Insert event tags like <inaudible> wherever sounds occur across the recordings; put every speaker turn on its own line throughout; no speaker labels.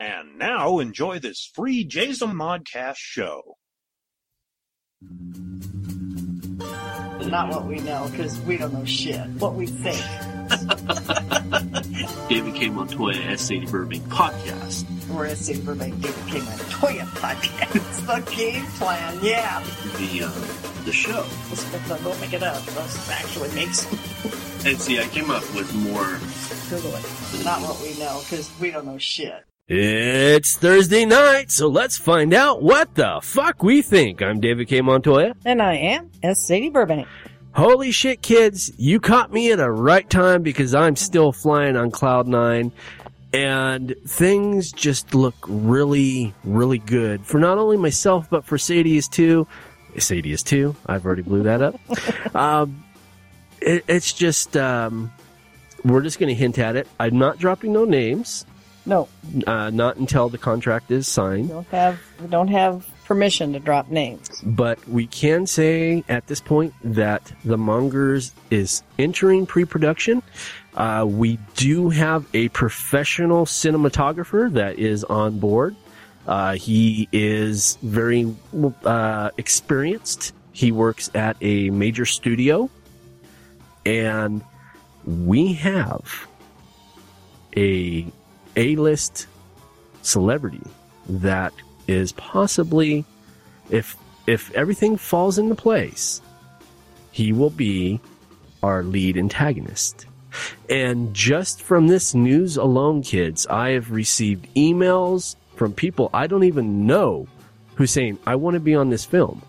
And now enjoy this free Jason Modcast show.
Not what we know, because we don't know shit. What we think.
David K. Montoya at Sadie Burbank Podcast.
We're a City Burbank David K. <laughs> Montoya podcast. The game plan, yeah.
The uh, the show.
Let's go make it up. Let's actually make some.
And see, I came up with more.
Google it. Not what we know, because we don't know shit.
It's Thursday night, so let's find out what the fuck we think. I'm David K. Montoya.
And I am S. Sadie Burbank.
Holy shit, kids, you caught me at a right time because I'm still flying on Cloud 9. And things just look really, really good for not only myself, but for Sadie's too. Sadie's too. I've already blew that up. um, it, it's just, um, we're just going to hint at it. I'm not dropping no names,
No,
uh, not until the contract is
we
signed.
don't have we don't have permission to drop names.
But we can say at this point that The Mongers is entering pre production. Uh, we do have a professional cinematographer that is on board. Uh, he is very uh, experienced. He works at a major studio. And we have a A list celebrity that is possibly if if everything falls into place, he will be our lead antagonist. And just from this news alone, kids, I have received emails from people I don't even know who's saying, I want to be on this film.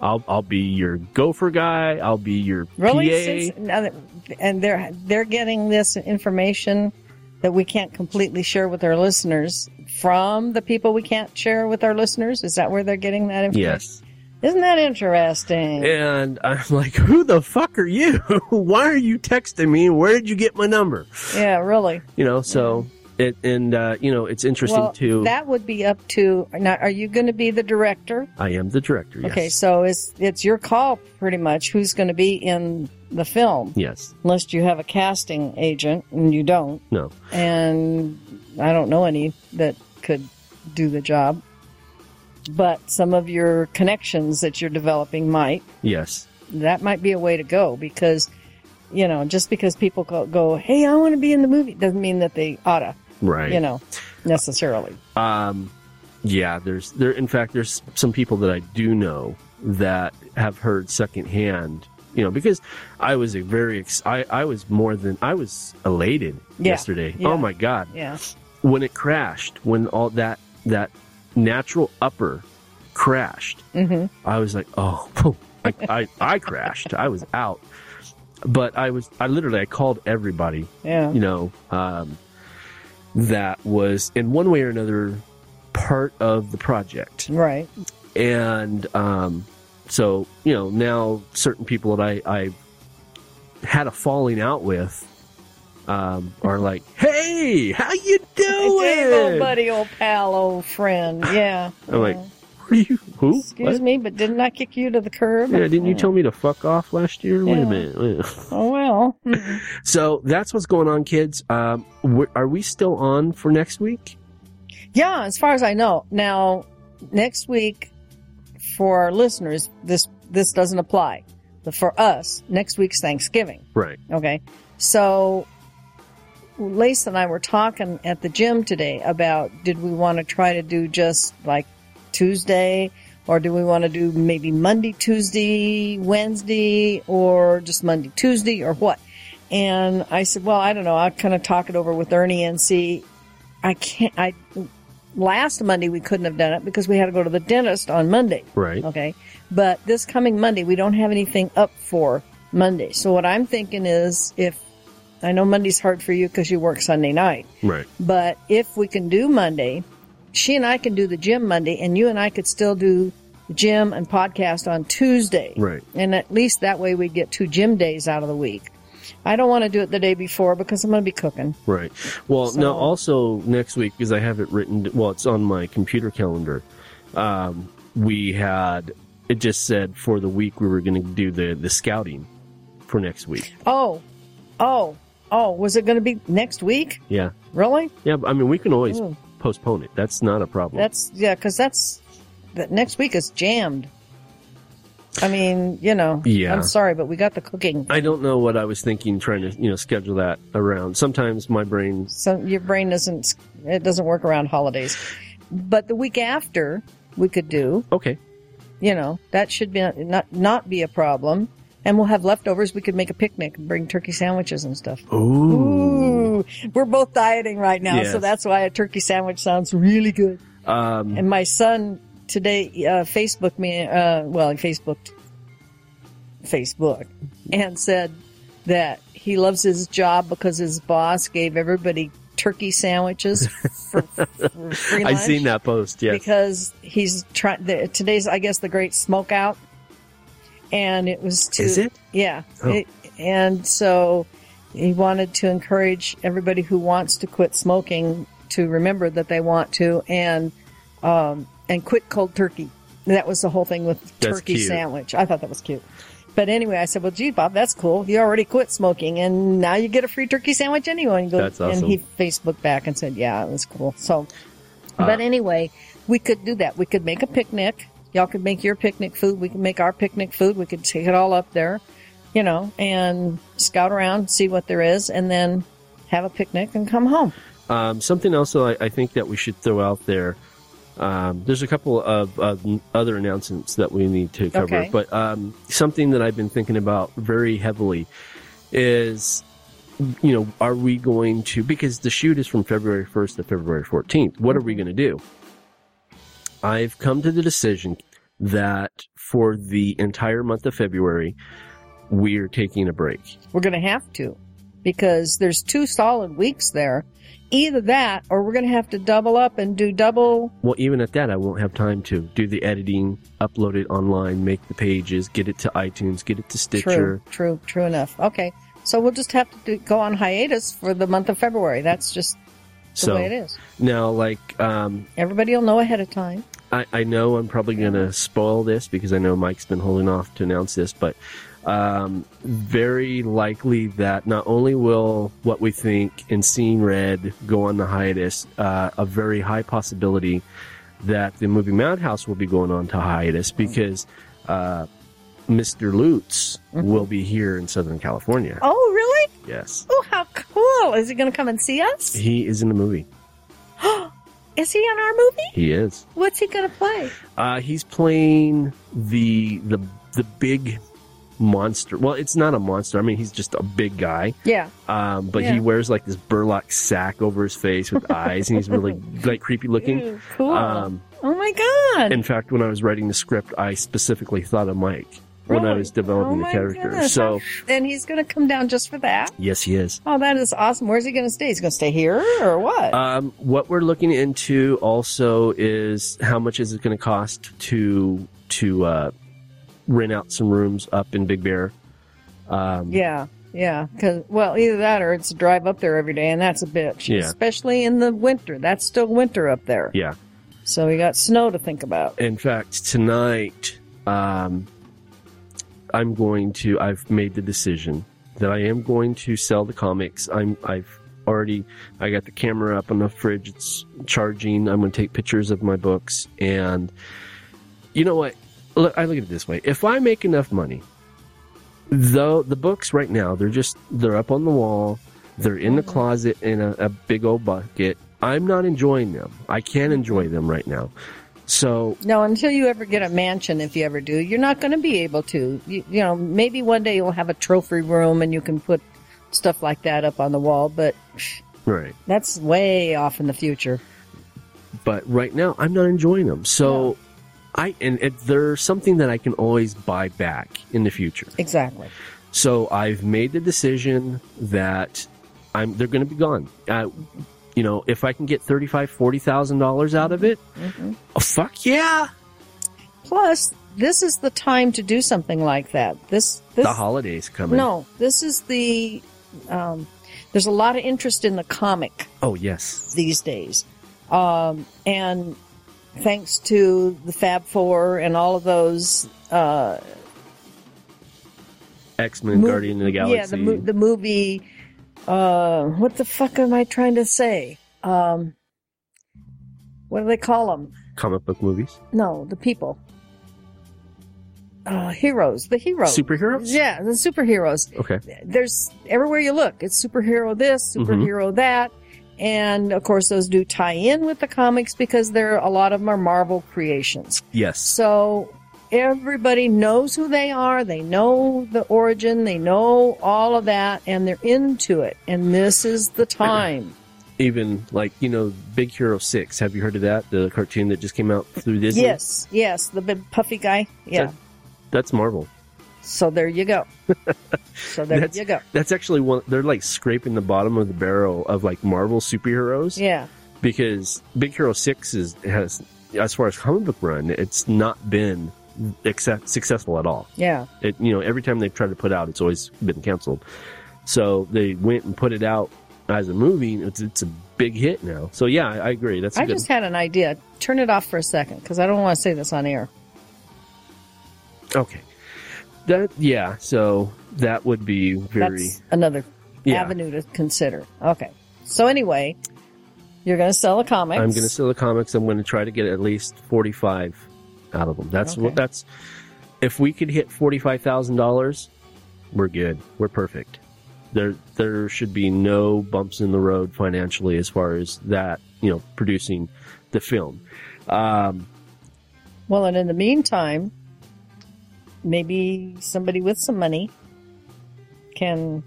I'll, I'll be your gopher guy. I'll be your
Really,
PA.
since now that, and they're they're getting this information that we can't completely share with our listeners from the people we can't share with our listeners. Is that where they're getting that information?
yes.
Isn't that interesting?
And I'm like, who the fuck are you? <laughs> Why are you texting me? Where did you get my number?
yeah, really.
You know, so it, and, uh, you know, it's interesting
Well,
too.
that would be up to. Now, are you going to be the director?
I am the director. Yes.
Okay, so it's it's your call pretty much. Who's going to be in the film?
Yes.
unless you have a casting agent and you don't
No.
and i don't know any that could do the job but some of your connections that you're developing might
Yes.
that might be a way to go because you know just because people go, go hey i want to be in the movie doesn't mean that they oughta
Right.
you know necessarily
Um, yeah. There's there. In fact, there's some people that I do know that have heard secondhand. You know, because I was a very ex- I I was more than I was elated
Yeah.
yesterday.
Yeah.
Oh my god!
yeah
When it crashed, when all that that natural upper crashed,
hmm
I was like, oh, <laughs> phew. I, I I crashed. I was out. But I was I literally I called everybody
yeah
you know, um, that was in one way or another part of the project.
right
And um, so, you know, now certain people that I, I had a falling out with um, are like, "Hey, how you
hey, old
doing?"
buddy old pal old friend yeah
I'm <laughs> like, "What
<laughs>
are you? Who?
excuse
What?
me but didn't i kick you to the curb
Yeah, didn't you
Yeah.
tell me to fuck off last year? Wait
Yeah.
a minute." <laughs> wait a-
oh well
So that's what's going on, kids. Um, we are we still on for next week?
Yeah, as far as I know. Now, next week for our listeners, this this doesn't apply. But for us, next week's Thanksgiving.
Right.
Okay. So Lace and I were talking at the gym today about did we want to try to do just like Tuesday or do we want to do maybe Monday, Tuesday, Wednesday or just Monday, Tuesday or what? And I said, well, I don't know. I'll kind of talk it over with Ernie and see. I can't, I, last Monday we couldn't have done it because we had to go to the dentist on Monday.
Right.
Okay. But this coming Monday, we don't have anything up for Monday. So what I'm thinking is if I know Monday's hard for you because you work Sunday night,
Right.
but if we can do Monday, she and I can do the gym Monday and you and I could still do the gym and podcast on Tuesday.
Right.
And at least that way we get two gym days out of the week. I don't want to do it the day before because I'm going to be cooking.
Right. Well,
So-
now also next week because I have it written. Well, it's on my computer calendar. Um, we had it just said for the week we were going to do the the scouting for next week.
Oh, oh, oh, was it going to be next week?
Yeah.
Really?
Yeah. but, I mean, we can always
Ooh.
postpone it. That's not a problem.
That's yeah, because that's that next week is jammed. I mean, you know,
Yeah.
I'm sorry, but we got the cooking.
I don't know what I was thinking trying to, you know, schedule that around. Sometimes my brain
So your brain doesn't it doesn't work around holidays. But the week after we could do,
Okay.
you know, that should be not not be a problem. And we'll have leftovers. We could make a picnic and bring turkey sandwiches and stuff.
Ooh.
Ooh, we're both dieting right now,
Yes.
so that's why a turkey sandwich sounds really good.
Um
And my son today uh, Facebooked me. Uh, well, he Facebooked Facebook and said that he loves his job because his boss gave everybody turkey
<laughs>
sandwiches for, for free
I
lunch
seen that post. Yes.
because he's trying. Today's, I guess, the Great Smokeout, and it was to
Is it?
yeah.
Oh.
It- and so he wanted to encourage everybody who wants to quit smoking to remember that they want to and um, and quit cold turkey. That was the whole thing with
That's
turkey
cute.
sandwich. I thought that was cute. But anyway, I said, "Well, gee, Bob, that's cool. You already quit smoking, and now you get a free turkey sandwich anyway." And, go,
That's awesome.
and he Facebook back and said, "Yeah, it was cool." So,
Uh,
but anyway, we could do that. We could make a picnic. Y'all could make your picnic food. We could make our picnic food. We could take it all up there, you know, and scout around, see what there is, and then have a picnic and come home.
Um, something else that I, I think that we should throw out there. Um, there's a couple of, of n- other announcements that we need to cover,
Okay.
but um, something that I've been thinking about very heavily is, you know, are we going to because the shoot is from February 1st to February 14th. What are we going to do? I've come to the decision that for the entire month of February, we're taking a break.
We're going to have to because there's two solid weeks there. Either that or we're going to have to double up and do double.
Well, even at that, I won't have time to do the editing, upload it online, make the pages, get it to iTunes, get it to Stitcher.
True, true, true enough. Okay. So we'll just have to do, go on hiatus for the month of February. That's just the
so
way it is.
now, like, um,
Everybody will know ahead of time.
I, I know I'm probably going to spoil this because I know Mike's been holding off to announce this, but um, very likely that not only will what we think and Seeing Red go on the hiatus, uh, a very high possibility that the movie Madhouse will be going on to hiatus because uh, Mr. Lutz
Mhm.
will be here in Southern California.
Oh, really?
Yes.
Oh, how cool. Is he going to come and see us?
He is in the movie.
<gasps> Is he in our movie?
He is.
What's he going to play?
Uh, he's playing the the the big monster. Well, it's not a monster. I mean, he's just a big guy.
Yeah.
Um, but
Yeah.
he wears like this burlap sack over his face
<laughs>
with eyes, and he's really like creepy looking.
Ooh, cool.
Um,
oh, my God.
in fact, when I was writing the script, I specifically thought of Mike when I
Really?
was developing
Oh
the
my
character.
goodness.
So
and he's going to come down just for that?
yes, he is.
Oh, that is awesome. Where's he going to stay? He's going to stay here or what?
Um, what we're looking into also is how much is it going to cost to to uh, rent out some rooms up in Big Bear. Um,
yeah. Yeah. Cause, well, either that or it's a drive up there every day, and that's a bitch.
Yeah.
Especially in the winter. That's still winter up there.
yeah.
So we got snow to think about.
In fact, tonight um, I'm going to. I've made the decision that I am going to sell the comics. I'm. I've already. I got the camera up on the fridge. It's charging. I'm going to take pictures of my books. And you know what? Look, I look at it this way: if I make enough money, though, the books right now they're just they're up on the wall. They're in the closet in a, a big old bucket. I'm not enjoying them. I can't enjoy them right now. So
No, until you ever get a mansion, if you ever do, you're not going to be able to. You, you know, maybe one day you'll have a trophy room and you can put stuff like that up on the wall, but psh,
right,
that's way off in the future.
but right now I'm not enjoying them. So I and it, they're something that I can always buy back in the future.
Exactly.
So I've made the decision that I'm they're going to be gone. Uh, you know, if I can get thirty-five, forty thousand dollars out of it,
Mhm.
oh, fuck yeah!
Plus, this is the time to do something like that. This, this
the holidays coming.
no, this is the. Um, there's a lot of interest in the comic
Oh yes.
these days. Um, and thanks to the Fab Four and all of those uh,
X Men,
Mov-
Guardian of the Galaxy.
Yeah, the, mo- the movie. Uh, what the fuck am I trying to say? Um, what do they call them?
comic book movies,
No, the people. Uh, heroes, the heroes.
superheroes.
Yeah, the superheroes.
Okay.
There's everywhere you look, it's superhero this,
Mhm.
superhero that. And of course, those do tie in with the comics because there are a lot of them are Marvel creations.
Yes.
So everybody knows who they are. They know the origin. They know all of that and they're into it. And this is the
<clears throat>
time.
Even like you know, Big Hero Six. Have you heard of that? The cartoon that just came out through Disney.
Yes. Yes. The big puffy guy. Yeah.
That's Marvel.
So there you
<laughs>
go. so there
That's-
you go.
That's actually one. They're like scraping the bottom of the barrel of like Marvel superheroes
Yeah.
because Big Hero Six is has as far as comic book run, it's not been except successful at all.
Yeah.
It you know every time they've tried to put out, it's always been canceled. So they went and put it out as a movie. It's it's a big hit now. So yeah, I, I agree. That's a
I
good.
just had an idea. Turn it off for a second because I don't want to say this on air.
Okay. That yeah, so that would be very
That's another
yeah.
avenue to consider. Okay. So anyway, you're going to sell a comic.
I'm going to sell the comics. I'm going to try to get at least 45 out of them. That's
Okay.
what that's if we could hit $45,000, we're good. We're perfect. There there should be no bumps in the road financially as far as that, you know, producing the film. Um,
Well, and in the meantime, maybe somebody with some money can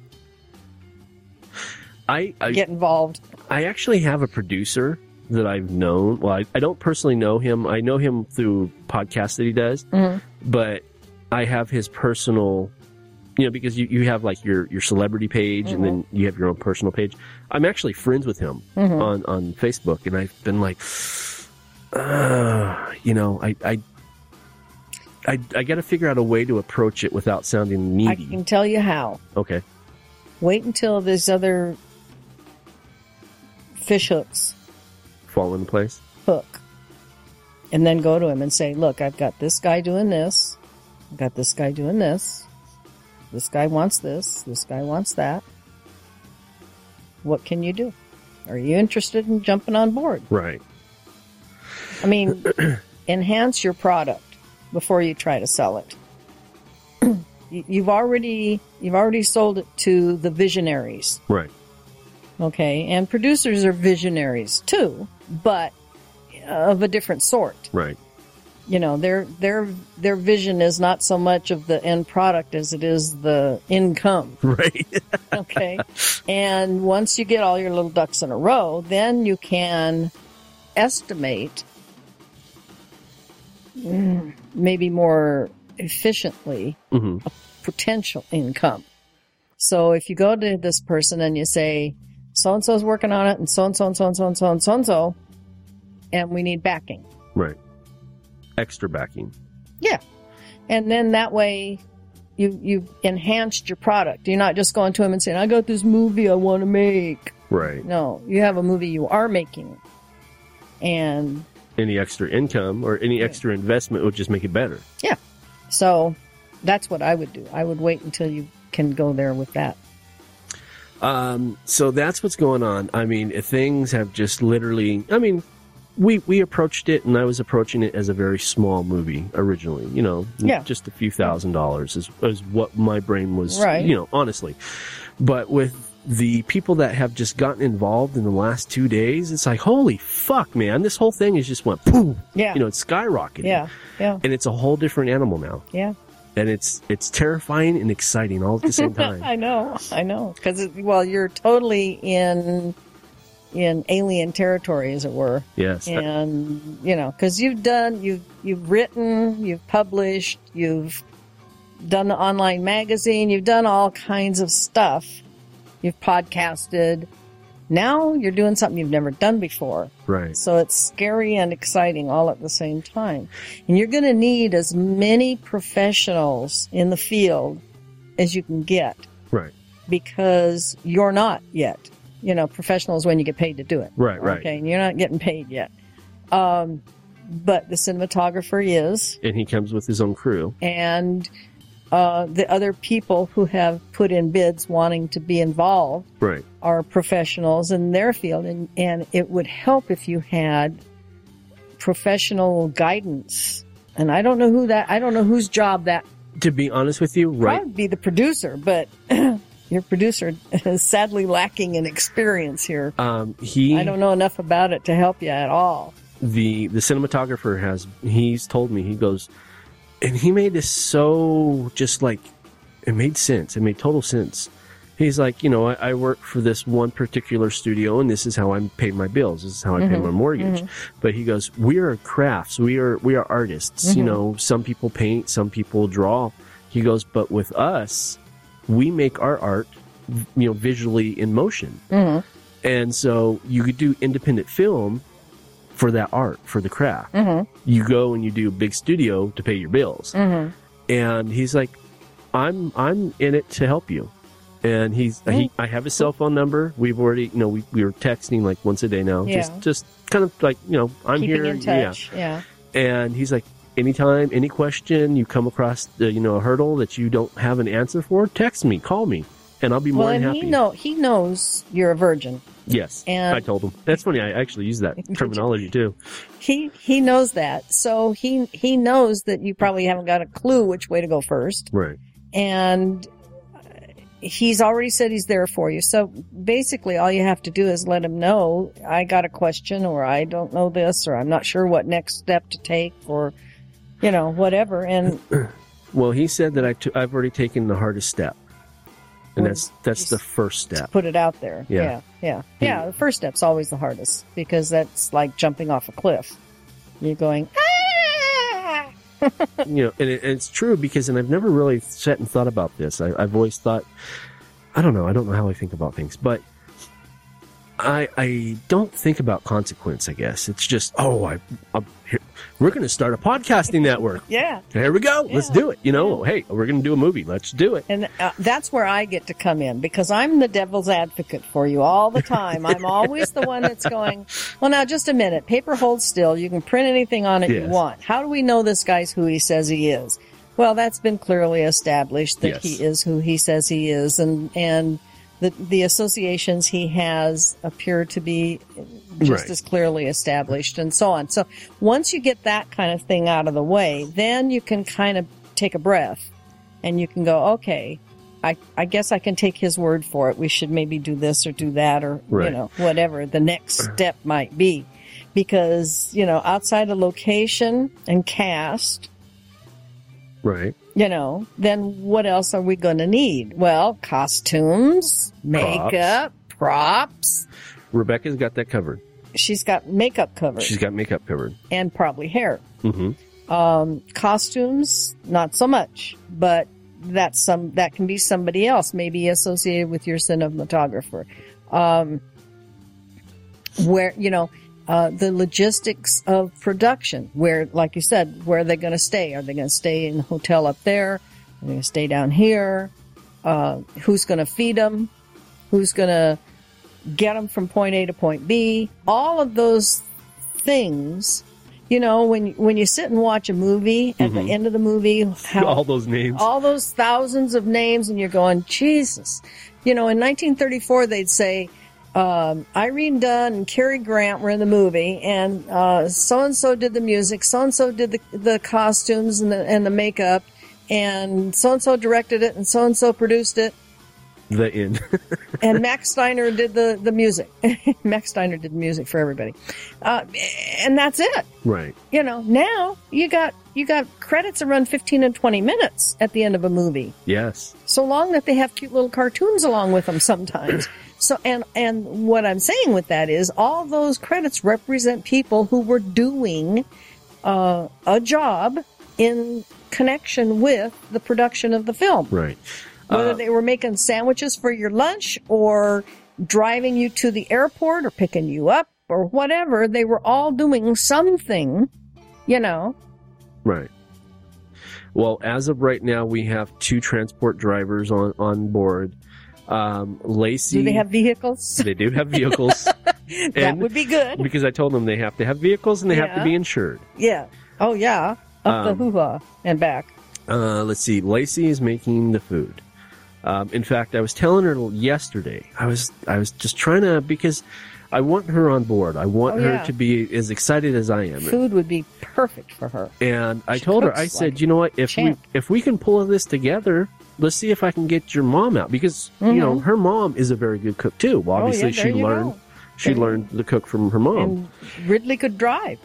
I, I
get involved.
I actually have a producer that I've known. Well, I, I don't personally know him. I know him through podcasts that he does,
Mhm.
but I have his personal, you know, because you, you have like your, your celebrity page and then
Mm-hmm.
you have your own personal page. I'm actually friends with him
Mhm.
on, on Facebook and I've been like, uh, you know, I, I, I, I got to figure out a way to approach it without sounding
I
needy.
can tell you how.
Okay.
Wait until there's other fish hooks
Fall into place.
hook and then go to him and say, Look, I've got this guy doing this. I've got this guy doing this. This guy wants this. This guy wants that. What can you do? Are you interested in jumping on board?
Right.
I mean, <clears throat> enhance your product before you try to sell it. <clears throat> You- you've already you've already sold it to the visionaries.
Right.
Okay, and producers are visionaries too, but of a different sort.
Right. <laughs>
You know, their their their vision is not so much of the end product as it is the income.
Right.
Okay, and once you get all your little ducks in a row, then you can estimate mm, maybe more efficiently
hmm
potential income. So if you go to this person and you say, so and so's working on it and so and so and so and so and so and so and so, and we need backing.
Right. Extra backing.
And then that way you, you've enhanced your product. You're not just going to them and saying, I got this movie I want to make.
Right.
No, you have a movie you are making. And
Any extra income or any
Yeah.
extra investment would just make it better.
so that's what I would do. I would wait until you can go there with that.
Um, so that's what's going on. I mean, if things have just literally. I mean, we we approached it, and I was approaching it as a very small movie originally. You know,
Yeah.
just a few thousand dollars is, is what my brain was.
Right.
You know, honestly, but with the people that have just gotten involved in the last two days, it's like holy fuck, man! This whole thing has just went poof.
Yeah.
You know, it's skyrocketing.
yeah. Yeah.
and it's a whole different animal now.
Yeah.
And it's it's terrifying and exciting all at the
<laughs>
same time.
I know, I know. Because well, you're totally in in alien territory, as it were,
yes.
and you know, because you've done, you've you've written, you've published, you've done the online magazine, you've done all kinds of stuff, you've podcasted. Now you're doing something you've never done before.
Right.
So it's scary and exciting all at the same time. And you're going to need as many professionals in the field as you can get
Right.
because you're not yet. You know, professionals when you get paid to do it.
Right, right.
Okay, and you're not getting paid yet. Um, but the cinematographer is,
And he comes with his own crew.
and uh, the other people who have put in bids wanting to be involved
Right.
are professionals in their field, and, and it would help if you had professional guidance. And I don't know who that, I don't know whose job that
To be honest with you, right?
probably be the producer, but <clears throat> your producer is sadly lacking in experience here.
Um, he
I don't know enough about it to help you at all.
the the cinematographer has he's told me he goes and he made this so just like it made sense it made total sense he's like you know i, I work for this one particular studio and this is how i pay my bills this is how i pay
Mhm,
my mortgage but he goes we are crafts we are we are artists you
Mhm.
know some people paint some people draw he goes but with us we make our art you know visually in motion
hmm
and so you could do independent film for that art, for the craft.
hmm
You go and you do a big studio to pay your bills.
hmm
And he's like, I'm I'm in it to help you. And he's he, I have his cell phone number. We've already you know, we, we were texting like once a day now.
Yeah.
Just just kind of like, you know, I'm
Keeping
here.
in touch. Yeah.
Yeah. And he's like, Anytime, any question you come across the, you know, a hurdle that you don't have an answer for, text me, call me, and I'll be more
Well,
than
and
happy.
he know he knows you're a virgin.
Yes,
And- uh,
I told him. That's funny. I actually use
<laughs>
that terminology too.
He he knows that. So he he knows that you probably haven't got a clue which way to go first.
Right.
and uh, he's already said he's there for you. So basically, all you have to do is let him know I got a question, or I don't know this, or I'm not sure what next step to take, or you know whatever. And
Well, he said that I t- I've already taken the hardest step, and
Well,
that's that's
just-
the first step.
put it out there.
Yeah.
yeah, yeah.
Hmm.
Yeah, The first step's always the hardest because that's like jumping off a cliff. You're going. Ah!
you know, and, it, and it's true because, and I've never really sat and thought about this. I, I've always thought, I don't know, I don't know how I think about things, but I I don't think about consequence. I guess it's just, oh, I, I'm here, we're going to start a podcasting network.
Yeah,
Here we go. Let's
Yeah.
do it. You know, hey, we're going to do a movie. Let's do it.
And uh, that's where I get to come in because I'm the devil's advocate for you all the time. I'm always the one that's going, well, now just a minute. Paper holds still. You can print anything on it
Yes.
you want. How do we know this guy's who he says he is? Well, that's been clearly established that
Yes.
he is who he says he is and, and the, the associations he has appear to be just
Right.
as clearly established and so on. So once you get that kind of thing out of the way, then you can kind of take a breath and you can go, okay, I, I guess I can take his word for it. We should maybe do this or do that or, you
Right.
know, whatever the
<clears throat>
next step might be. Because, you know, outside of location and cast,
Right.
you know, then what else are we going to need? Well, costumes, makeup, props.
Rebecca's got that covered.
She's got makeup covered
She's got makeup covered.
and probably hair.
Mm-hmm.
Um, costumes, not so much, but that's some that can be somebody else, maybe associated with your cinematographer. Um, where you know uh, the logistics of production, where like you said, where are they going to stay? Are they going to stay in the hotel up there? Are they going to stay down here? Uh, who's going to feed them? Who's going to get them from point A to point B? All of those things. You know, when when you sit and watch a movie, at
Mhm.
the end of the movie, how
All those names.
all those thousands of names, and you're going, Jesus. You know, in 1934, they'd say, um, Irene Dunn and Cary Grant were in the movie, and so and so did the music, so and so did the, the costumes and the, and the makeup, and so and so directed it, and so and so produced it,
the end. <laughs>
and Max Steiner did the, the music. <laughs> Max Steiner did the music for everybody. Uh, and that's it
right.
you know now you got you got credits that run 15 and 20 minutes at the end of a movie
Yes.
so long that they have cute little cartoons along with them sometimes so and and what i'm saying with that is all those credits represent people who were doing uh, a job in connection with the production of the film
Right.
whether
Uh,
they were making sandwiches for your lunch or driving you to the airport or picking you up or whatever, they were all doing something, you know.
Right. Well, as of right now, we have two transport drivers on on board. Um, Lacey.
Do they have vehicles?
<laughs>
<laughs>
They do have vehicles
that would be good.
because I told them they have to have vehicles and they have to
Yeah.
be insured.
Yeah. Oh, yeah. Up the
Um,
hoo-ha and back.
Uh, let's see. Lacey is making the food. Um, in fact, I was telling her yesterday. I was I was just trying to because I want her on board. I want
Oh,
her
yeah.
to be as excited as I am.
Food would be perfect for her.
And I
She
told her,
cooks
I
like
said,
a
you know what? If
champ.
we if we can pull this together, let's see if I can get your mom out because you know her mom is a very good cook too. Well, obviously
Mm-hmm. oh, yeah, there
she
you
learned Oh.
go.
she
There you
learned to cook from her mom.
And Ridley could drive.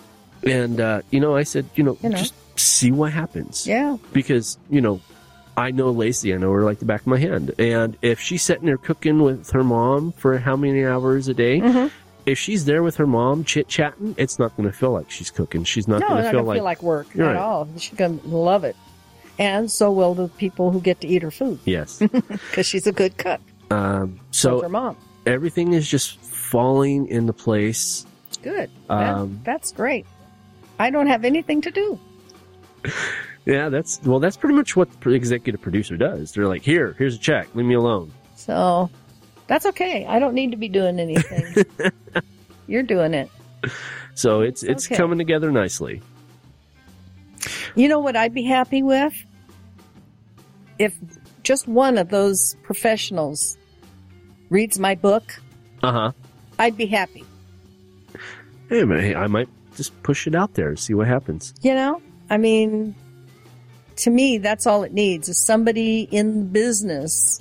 And, uh, you know, I said, you know,
You know.
just see what happens
Yeah.
because you know I know Lacey. I know her like the back of my hand. And if she's sitting there cooking with her mom for how many hours a day.
Mhm.
If she's there with her mom chit chatting, it's not going to feel like she's cooking. She's not
no,
going
not
to
gonna
feel like
feel like work at
You're right.
all. She's gonna love it, and so will the people who get to eat her food
yes. <laughs>
because she's a good cook.
um,
So her
so
mom,
everything is just falling into place.
good. That-
Um,
that's great. I don't have anything to do.
yeah, that's well, that's pretty much what the executive producer does. They're like, here, here's a check, leave me alone.
So that's okay. I don't need to be doing
<laughs>
anything. You're doing it.
So it's it's
Okay.
coming together nicely.
You know what I'd be happy with? If just one of those professionals reads my book,
Uh huh.
I'd be happy.
Hey, man, hey, I might just push it out there and see what happens.
You know? I mean, to me, that's all it needs is somebody in business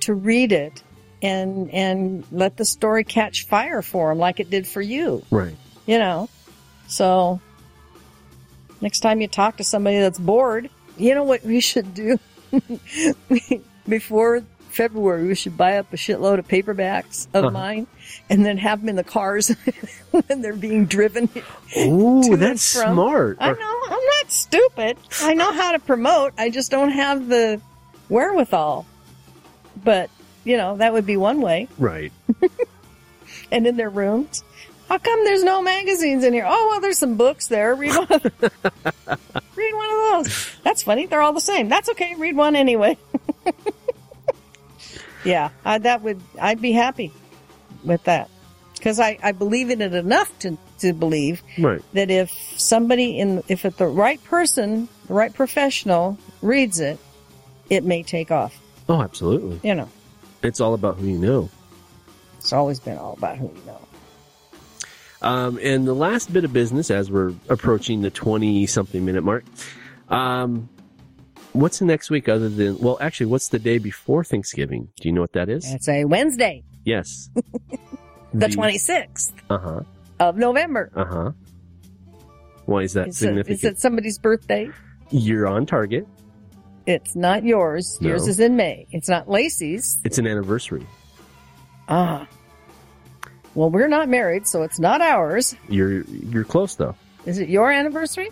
to read it and and let the story catch fire for them like it did for you.
Right.
you know. So next time you talk to somebody that's bored, you know what we should do? <laughs> We- Before February, we should buy up a shitload of paperbacks of
Uh-huh.
mine and then have them in the cars <laughs> when they're being driven. To
Oh,
and
that's
from.
smart.
I
Or-
know, I'm not stupid. I know how to promote. I just don't have the wherewithal. But, you know, that would be one way.
right.
and in their rooms. How come there's no magazines in here? Oh well, there's some books there. Read one. Of, read one of those. That's funny. They're all the same. That's okay. Read one anyway. <laughs> yeah, I, that would. I'd be happy with that because I, I believe in it enough to to believe
Right.
that if somebody in if it the right person, the right professional reads it, it may take off.
Oh, absolutely.
You know,
It's all about who you know.
it's always been all about who you know.
Um, and the last bit of business as we're approaching the 20 something minute mark. Um, what's the next week other than, well, actually, what's the day before Thanksgiving? Do you know what that is?
It's a Wednesday,
Yes.
<laughs> the twenty sixth.
Uh huh.
of November.
Uh huh. Why is that
Is it, is
significant?
it somebody's birthday?
You're on target.
It's not yours.
No.
Yours is in May. It's not Lacey's.
It's an anniversary.
Ah. Well, we're not married, so it's not ours.
You're you're close though.
Is it your anniversary?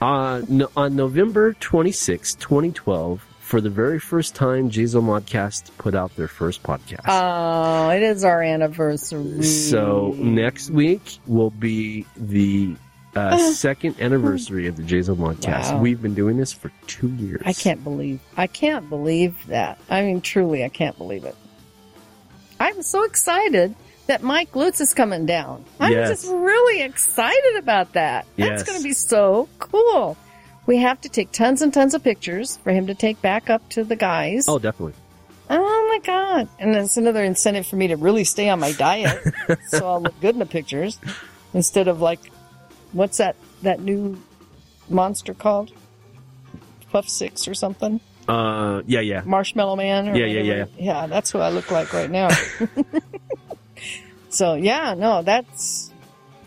Uh, no, on November 26, 2012, for the very first time, Jizzle Modcast put out their first podcast.
Oh, it is our anniversary.
So
Mm.
next week will be the
<sighs>
uh, second anniversary of the Jason Modcast.
Wow.
We've been doing this for two years.
I can't believe I can't believe that. I mean, truly, I can't believe it. I'm so excited that Mike Lutz is coming down. I'm
Yes.
just really excited about that.
Yes.
That's going to be so cool. We have to take tons and tons of pictures for him to take back up to the guys.
Oh, definitely.
Oh my god! And that's another incentive for me to really stay on my
<laughs>
diet, so I'll look good in the pictures instead of like, what's that that new monster called? Puff Six or something?
Uh, yeah, yeah.
Marshmallow Man? Or
Yeah, yeah,
whatever. Yeah, that's who I look like right
<laughs>
now. <laughs> so yeah, no, that's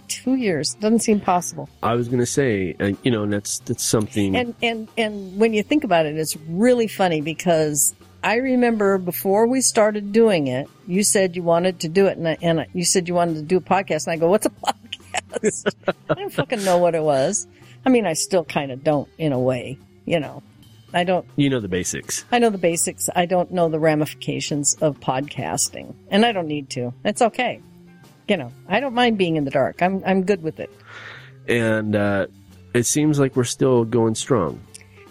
two years. Doesn't seem possible.
I was gonna say, uh, you know, and that's that's something.
And and and when you think about it, it's really funny because I remember before we started doing it, you said you wanted to do it, and I, and I, you said you wanted to do a podcast, and I go, "What's a <laughs> podcast?" I didn't fucking know what it was. I mean, I still kind of don't in a way, you know. I don't.
you know the basics.
I know the basics. I don't know the ramifications of podcasting, and I don't need to. It's okay. You know, I don't mind being in the dark. I'm I'm good with it.
And uh, it seems like we're still going strong.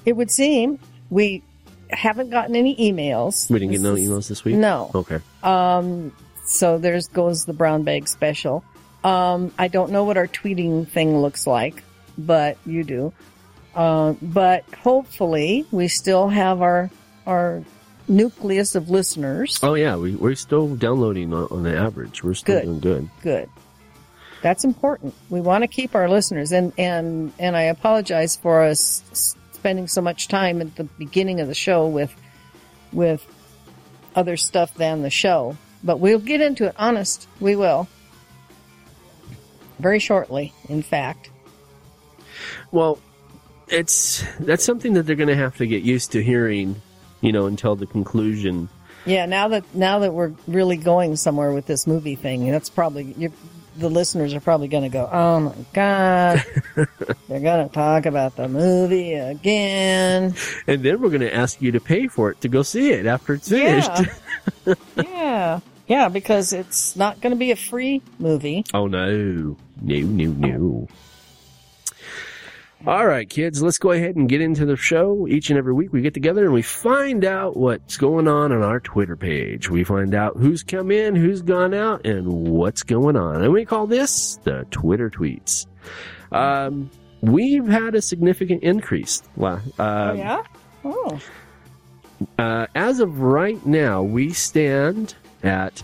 It would seem we haven't gotten any emails.
We didn't
This
get no
is-
emails this week. Oh.
No.
Okay.
Um, so there's goes the brown bag special. Um, I don't know what our tweeting thing looks like, but you Uh, do. Um, but hopefully we still have our our nucleus of listeners.
Oh yeah, we we're still downloading on, on the average. We're still
Good.
doing good.
Good. That's important. We want to keep our listeners, and and and I apologize for us s- spending so much time at the beginning of the show with with other stuff than the show. But we'll get into it. Honest, we will. Very shortly, in fact.
Well, it's that's something that they're going to have to get used to hearing, you know, until the conclusion.
Yeah, now that now that we're really going somewhere with this movie thing, that's probably you're, the listeners are probably going to go, "Oh my god, they're going to talk about the movie again."
And then we're going to ask you to pay for it to go see it after it's finished. <laughs>
Yeah, yeah, yeah, because it's not going to be a free movie.
Oh no. No, no, no. All right, kids, let's go ahead and get into the show. Each and every week we get together and we find out what's going on on our Twitter page. We find out who's come in, who's gone out, and what's going on. And we call this the Twitter tweets. Um, we've had a significant increase. Wow. Um,
oh yeah. Oh,
uh, as of right now, we stand at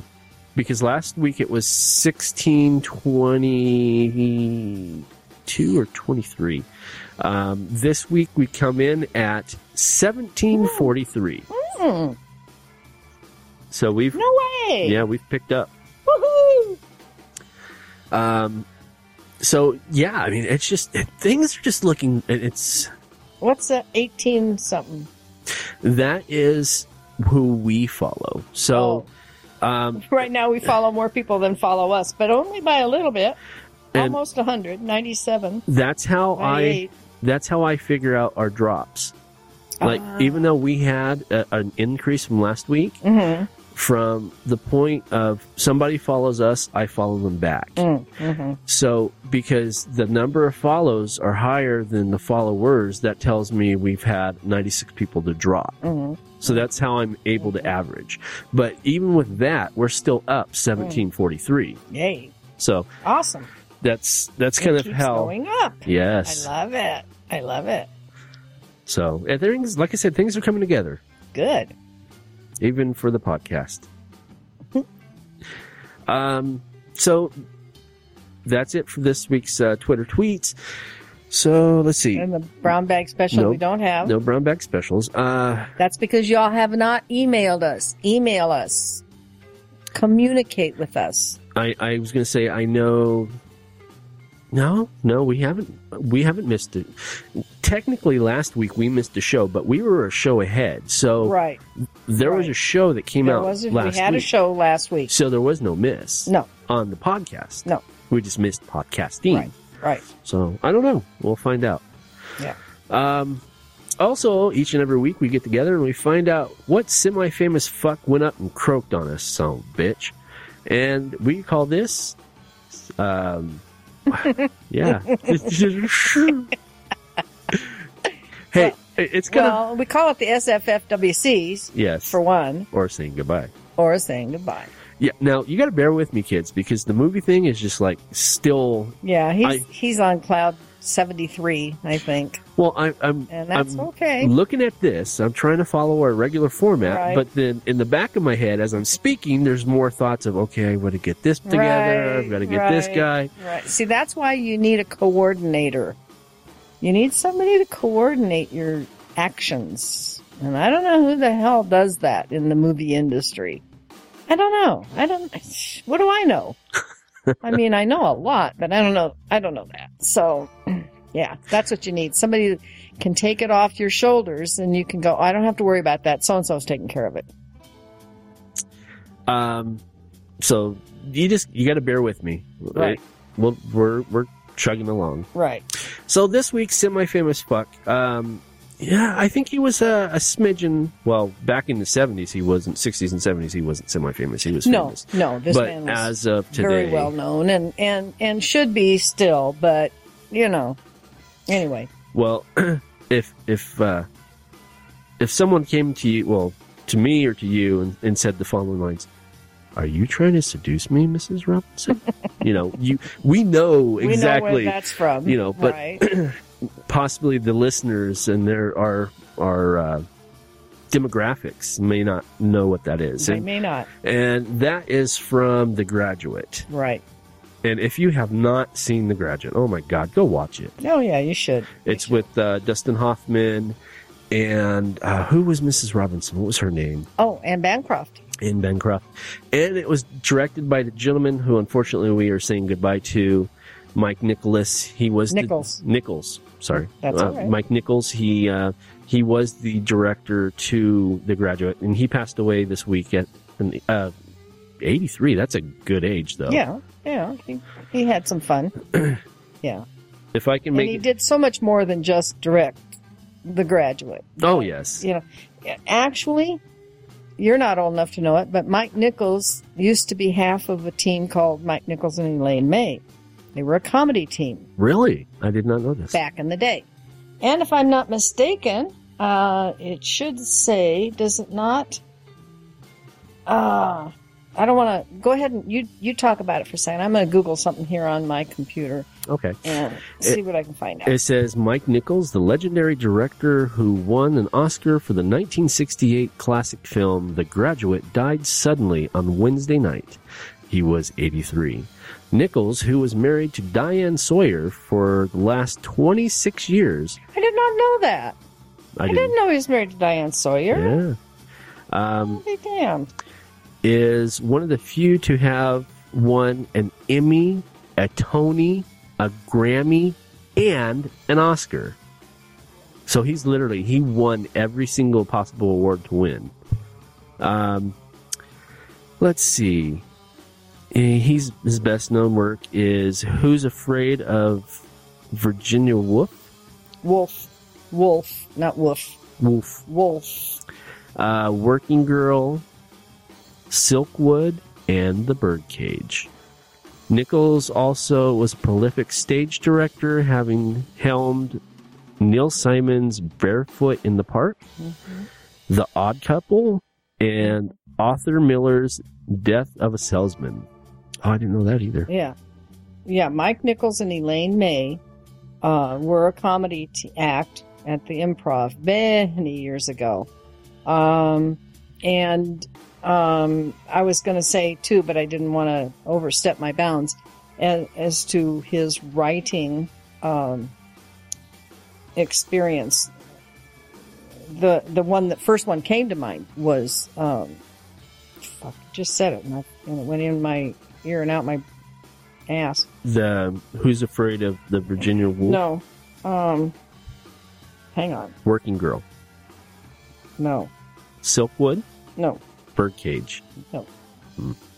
because last week it was sixteen twenty-two or twenty-three. Um, this week we come in at seventeen forty-three.
Hmm.
So we've
no way.
yeah we've picked up.
Woohoo!
Um, so yeah, I mean it's just it, things are just looking. it- It's
What's that? Eighteen something.
that is who we follow. So um,
Oh, Right now, we follow more people than follow us, but only by a little bit.
And-
Almost 100, 97,
that's how I
98.
that's how I figure out our drops. Like
Ah.
even though we had a, an increase from last week,
Mm-hmm.
from the point of somebody follows us, I follow them back.
Mm-hmm.
So because the number of follows are higher than the followers, that tells me we've had 96 people to drop.
Mm-hmm.
So that's how I'm able to average. But even with that, we're still up
Mm.
1743.
Yay.
So
Awesome.
that's that's kind
it
of
keeps
how
going up.
yes.
I love it. I love it.
So and things, like I said, things are coming together,
Good.
even for the podcast. <laughs> um, so that's it for this week's uh, Twitter tweets. So let's see.
And the brown bag special we
Nope.
don't have.
No brown bag specials. Uh,
That's because y'all have not emailed us. Email us. Communicate with us.
I, I was going to say I know. No, no, we haven't. We haven't missed it. Technically, last week we missed a show, but we were a show ahead. So
right.
there was
right.
a show that came
There
out
was, we
last
had a
week.
show last week.
So there was no miss.
No.
On the podcast.
No.
We just missed podcasting.
Right. Right.
So I don't know. We'll find out.
Yeah.
Um, also, each and every week we get together and we find out what semi famous fuck went up and croaked on us, son of a bitch. And we call this. Um, <laughs> yeah. <laughs> hey, it's going to.
Well, we call it the SFFWCs
yes.
for one,
or saying goodbye.
or saying goodbye.
Yeah. Now you got to bear with me, kids, because the movie thing is just like still.
Yeah, he's
I-
he's on cloud seventy three, I think,
Well, I, I'm
and that's
I'm
okay.
looking at this. I'm trying to follow our regular format,
Right.
but then in the back of my head, as I'm speaking, there's more thoughts of okay, I've got to get this together. I've
Right,
got to get this
right.
guy.
Right. See, that's why you need a coordinator. You need somebody to coordinate your actions, and I don't know who the hell does that in the movie industry. I don't know. I don't. What do I know? I mean, I know a lot, but I don't know. I don't know that. So, <clears throat> yeah, that's what you need. Somebody that can take it off your shoulders, and you can go. "Oh, I don't have to worry about that. So and so's taking care of it.
Um, so you just you got to bear with me.
Right.
We'll, we're we're chugging along.
Right.
So this week's semi-famous fuck. Um, yeah, I think he was a, a smidgen. Well, back in the seventies, he wasn't. Sixties and seventies, he wasn't semi-famous. He was
No,
famous.
no. This
but
man was
as of today,
very well known and and and should be still but you know anyway
Well, <clears throat> if if uh, if someone came to you, well, to me or to you, and, and said the following lines, "Are you trying to seduce me, Mrs. Robinson?" <laughs> you know, you we know
we know where
exactly,
that's from
you know, <clears throat> but-
right
possibly the listeners and their our our uh, demographics may not know what that is.
I
And,
may not.
and that is from The Graduate.
Right.
And if you have not seen The Graduate, oh my God, go watch it.
Oh, yeah, you should.
It's with uh, Dustin Hoffman and uh, who was Mrs. Robinson? What was her name?
Oh, and Bancroft.
in Bancroft. And it was directed by the gentleman who, unfortunately, we are saying goodbye to, Mike Nicholas. He was the-
Nichols.
Nichols, sorry,
That's
Uh,
all right.
Mike Nichols. He uh, he was the director to The Graduate, and he passed away this week at uh, 83. That's a good age, though.
Yeah, yeah. He, he had some fun.
If I can
And
make
he
it-
did so much more than just direct The Graduate.
Oh yes.
You know, actually, you're not old enough to know it, but Mike Nichols used to be half of a team called Mike Nichols and Elaine May. They were a comedy team.
Really? I did not know this.
back in the day. And if I'm not mistaken, uh, it should say, does it not? Uh, I don't want to go ahead and you you talk about it for a second. I'm going to Google something here on my computer
Okay.
and see what I can find out.
It says Mike Nichols, the legendary director who won an Oscar for the 1968 classic film The Graduate, died suddenly on Wednesday night. He was 83. Nichols, who was married to Diane Sawyer for the last 26 years,
I did not know that.
I
I didn't,
didn't.
know he was married to Diane Sawyer.
Yeah. Um,
Be damned.
is one of the few to have won an Emmy, a Tony, a Grammy, and an Oscar. So he's literally he won every single possible award to win. Um, let's see. Eh, He's his best known work is "Who's Afraid of Virginia Woolf."
Wolf, wolf, not wolf,
Woolf,
wolf.
uh, "Working Girl," "Silkwood," and "The Birdcage." Nichols also was a prolific stage director, having helmed Neil Simon's Barefoot in the Park, The Odd Couple, and Arthur Miller's Death of a Salesman. Oh, I didn't know that either.
Yeah. Yeah, Mike Nichols and Elaine May uh, were a comedy t- act at the improv many years ago. Um, and um, I was going to say too, but I didn't want to overstep my bounds as, as to his writing um, experience. The, the one that first one came to mind was um, fuck, just said it and, I, and it went in my ear and out my ass.
The Who's Afraid of the Virginia Woolf
No. Um hang on.
Working Girl,
No.
Silkwood,
No.
Birdcage.
No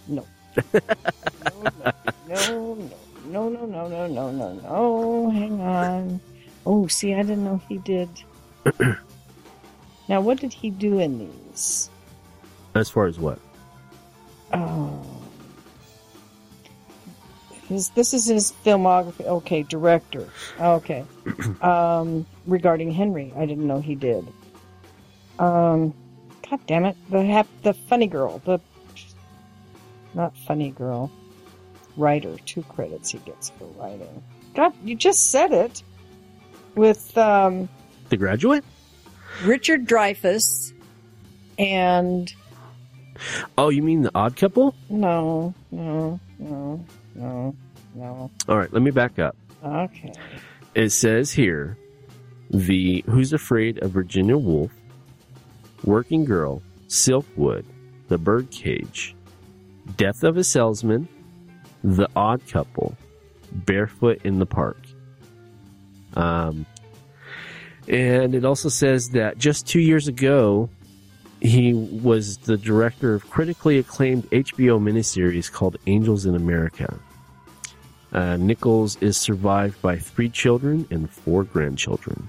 no no no no no no no no hang on. Oh see I didn't know he did Now what did he do in these?
As far as what?
Oh his, this is his filmography. Okay, director. Okay. Um, regarding Henry, I didn't know he did. Um, God damn it, the hap- the funny girl, the not funny girl, writer. Two credits he gets for writing. God, you just said it with um,
The Graduate?
Richard Dreyfuss and
Oh, you mean The Odd Couple?
no, no, no, no, no.
All right, let me back up.
Okay.
It says here the Who's Afraid of Virginia Woolf, Working Girl, Silkwood, The Birdcage, Death of a Salesman, The Odd Couple, Barefoot in the Park. Um, and it also says that just two years ago, he was the director of critically acclaimed HBO miniseries called Angels in America. Uh, Nichols is survived by three children and four grandchildren.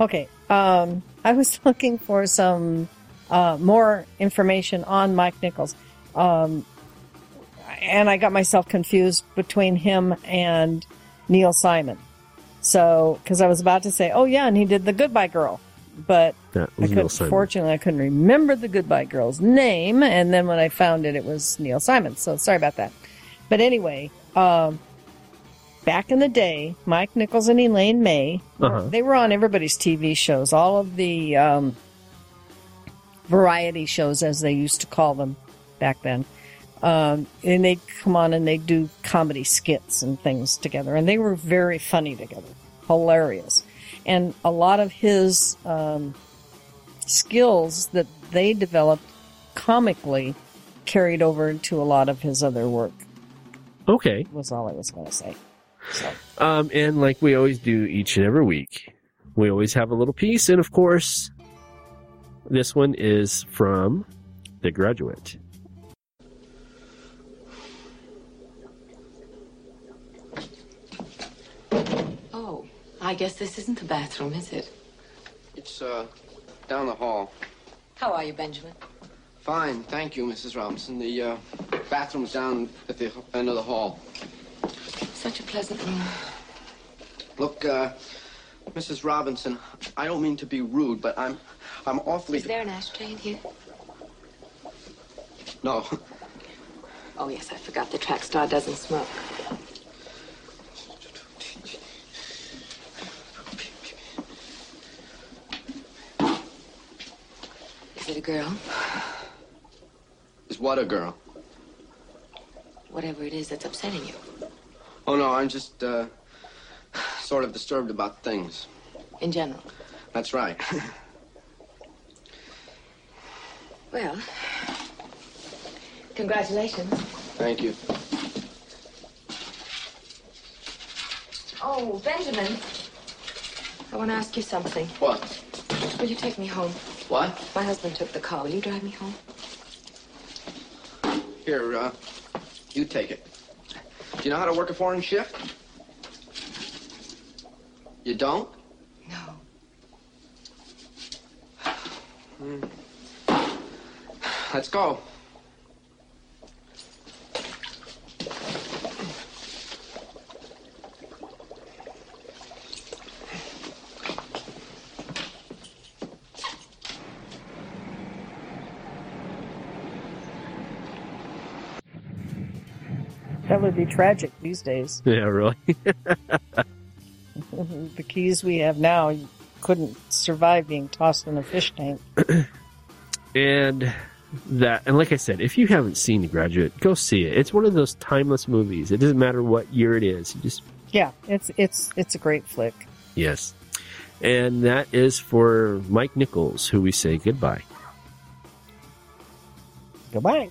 Okay. Um, I was <laughs> looking for some uh, more information on Mike Nichols. Um, and I got myself confused between him and Neil Simon. So, because I was about to say, oh, yeah, and he did The Goodbye Girl. But
That
I
was Neil
couldn't,
Simon.
fortunately, I couldn't remember the Goodbye Girl's name. And then when I found it, it was Neil Simon. So sorry about that. But anyway, um, back in the day, Mike Nichols and Elaine May, were-
Uh-huh.
they were on everybody's TV shows. All of the um, variety shows as they used to call them back then. Um, and they'd come on and they'd do comedy skits and things together. And they were very funny together, hilarious. And a lot of his um, skills that they developed comically carried over to a lot of his other work,
Okay.
was all I was going to say.
Um, and like we always do each and every week, we always have a little piece. And of course, this one is from The Graduate. <laughs>
Oh, I guess this isn't the bathroom, is it?
It's uh, down the hall.
How are you, Benjamin?
Fine, thank you, Mrs. Robinson. The uh, bathroom's down at the end of the hall.
Such a pleasant room.
Look, uh, Mrs. Robinson, I don't mean to be rude, but I'm, I'm awfully.
Is there an ashtray in here?
No, <laughs>
Oh, yes, I forgot the track star doesn't smoke. Is it a girl?
it's what a girl.
Whatever it is that's upsetting you.
Oh no, I'm just uh, sort of disturbed about things.
In general.
That's right. <laughs>
Well, congratulations.
thank you.
Oh, Benjamin. I want to ask you something.
What?
Will you take me home?
What?
My husband took the car. Will you drive me home?
Here, uh, you take it. Do you know how to work a foreign ship? You don't?
No.
Let's go.
That would be tragic these days.
Yeah, really.
the keys we have now you couldn't survive being tossed in a fish tank.
and that and like i said if you haven't seen the graduate go see it it's one of those timeless movies it doesn't matter what year it is you just
Yeah, it's it's it's a great flick.
yes and that is for mike nichols who we say goodbye
Goodbye.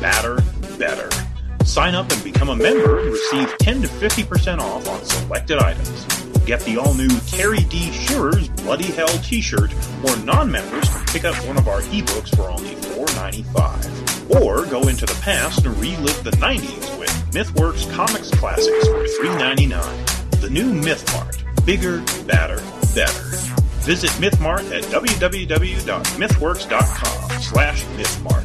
badder, better. Sign up and become a member and receive 10 to 50% off on selected items. Get the all new Terry D. Shearer's Bloody Hell t shirt, or non members can pick up one of our ebooks for only $4.95. Or go into the past and relive the 90s with MythWorks Comics Classics for $3.99. The new MythMart. Bigger, badder, better. Visit MythMart at www.mythworks.com slash MythMart.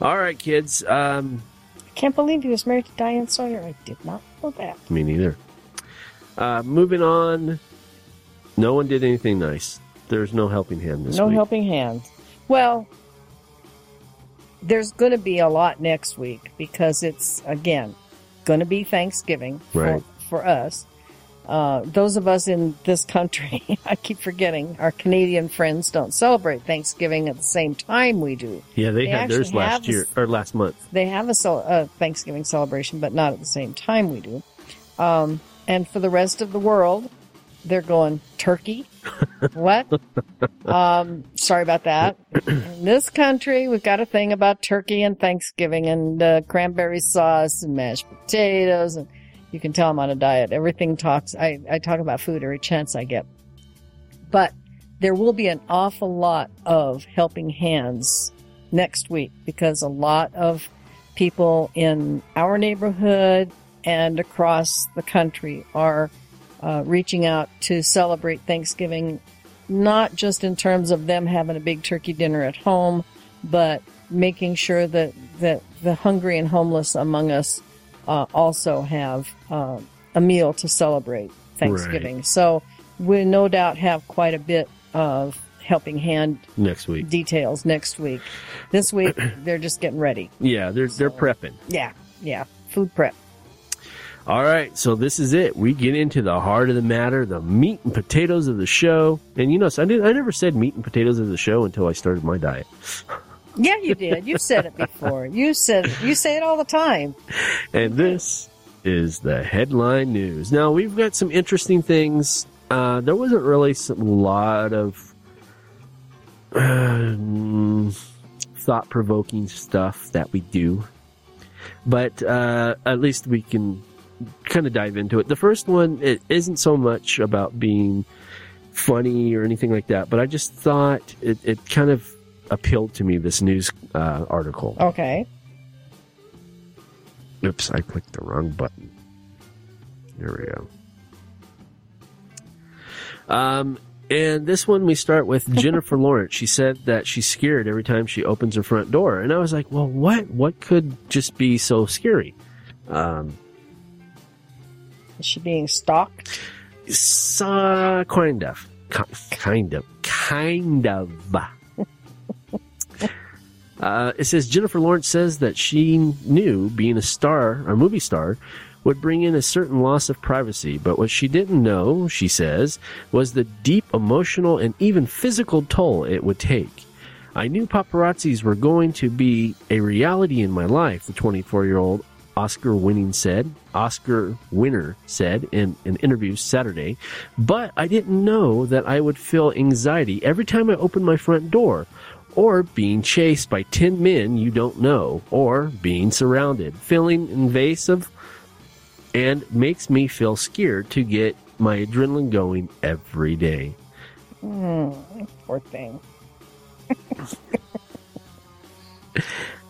All right, kids. Um,
Can't believe he was married to Diane Sawyer. I did not know that.
me neither. Uh, moving on. No one did anything nice. There's no helping hand this
no
week.
helping hands. Well, there's going to be a lot next week because it's again going to be Thanksgiving
Right.
for, for us. Uh, those of us in this country, <laughs> I keep forgetting, our Canadian friends don't celebrate Thanksgiving at the same time we do.
Yeah, they,
They
had theirs
actually
last
have
year or last month.
They have a, cel- a Thanksgiving celebration, but not at the same time we do. Um, and for the rest of the world, they're going turkey. what? Um, sorry about that. In this country, we've got a thing about turkey and Thanksgiving and uh, cranberry sauce and mashed potatoes. And you can tell I'm on a diet. Everything talks. I, I talk about food every chance I get. But there will be an awful lot of helping hands next week because a lot of people in our neighborhood and across the country are uh, reaching out to celebrate Thanksgiving, not just in terms of them having a big turkey dinner at home, but making sure that, that the hungry and homeless among us uh, also have uh, a meal to celebrate Thanksgiving. So we no doubt have quite a bit of helping hand
Next week.
details next week. This
<clears throat>
week, they're just getting ready.
Yeah, they're they're prepping.
Yeah, yeah. Food prep.
All right, so this is it. We get into the heart of the matter, the meat and potatoes of the show. And you know, so I didn't, I never said meat and potatoes of the show until I started my diet.
Yeah, you did. You said it before. You said you say it all the time.
And this is the headline news. Now we've got some interesting things. Uh, there wasn't really a lot of um, thought-provoking stuff that we do, but uh, at least we can kind of dive into it. The first one it isn't so much about being funny or anything like that, but I just thought it, it kind of appealed to me. This news uh, article.
Okay.
Oops, I clicked the wrong button. Here we go. Um, and this one we start with Jennifer Lawrence. She said that she's scared every time she opens her front door, and I was like, "Well, what? What could just be so scary?" Um,
Is she being stalked?
so, kind of, Ki- kind of, kind of. <laughs> Uh, it says Jennifer Lawrence says that she knew being a star, a movie star, would bring in a certain loss of privacy. But what she didn't know, she says, was the deep emotional and even physical toll it would take. I knew paparazzis were going to be a reality in my life, the 24 year old Oscar winning said, Oscar winner said in an interview Saturday, but I didn't know that I would feel anxiety every time I opened my front door or being chased by 10 men you don't know, or being surrounded, feeling invasive, and makes me feel scared to get my adrenaline going every day.
Poor thing.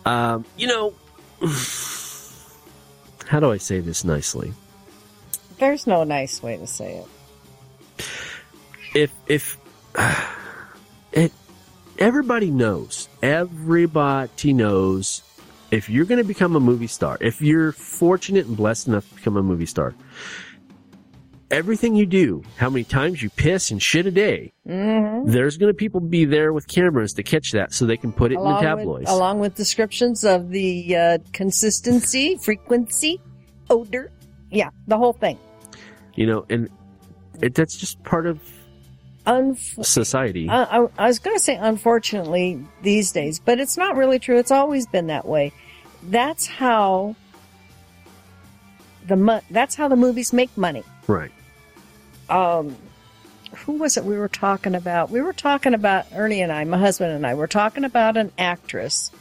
Um, you know, how do I say this nicely?
There's no nice way to say it.
If, if, <sighs> it, everybody knows, everybody knows if you're going to become a movie star, if you're fortunate and blessed enough to become a movie star, everything you do, how many times you piss and shit a day,
Mm-hmm.
there's going to people be there with cameras to catch that so they can put it in the
Along with,
tabloids.
along with descriptions of the uh, consistency, frequency, odor. Yeah, the whole thing.
you know, and it, that's just part of
Unf-
society.
I, I, I was going to say unfortunately these days, but it's not really true. It's always been that way. That's how the mo- that's how the movies make money.
right.
Um, who was it we were talking about? We were talking about Ernie and I, my husband and I. We're talking about an actress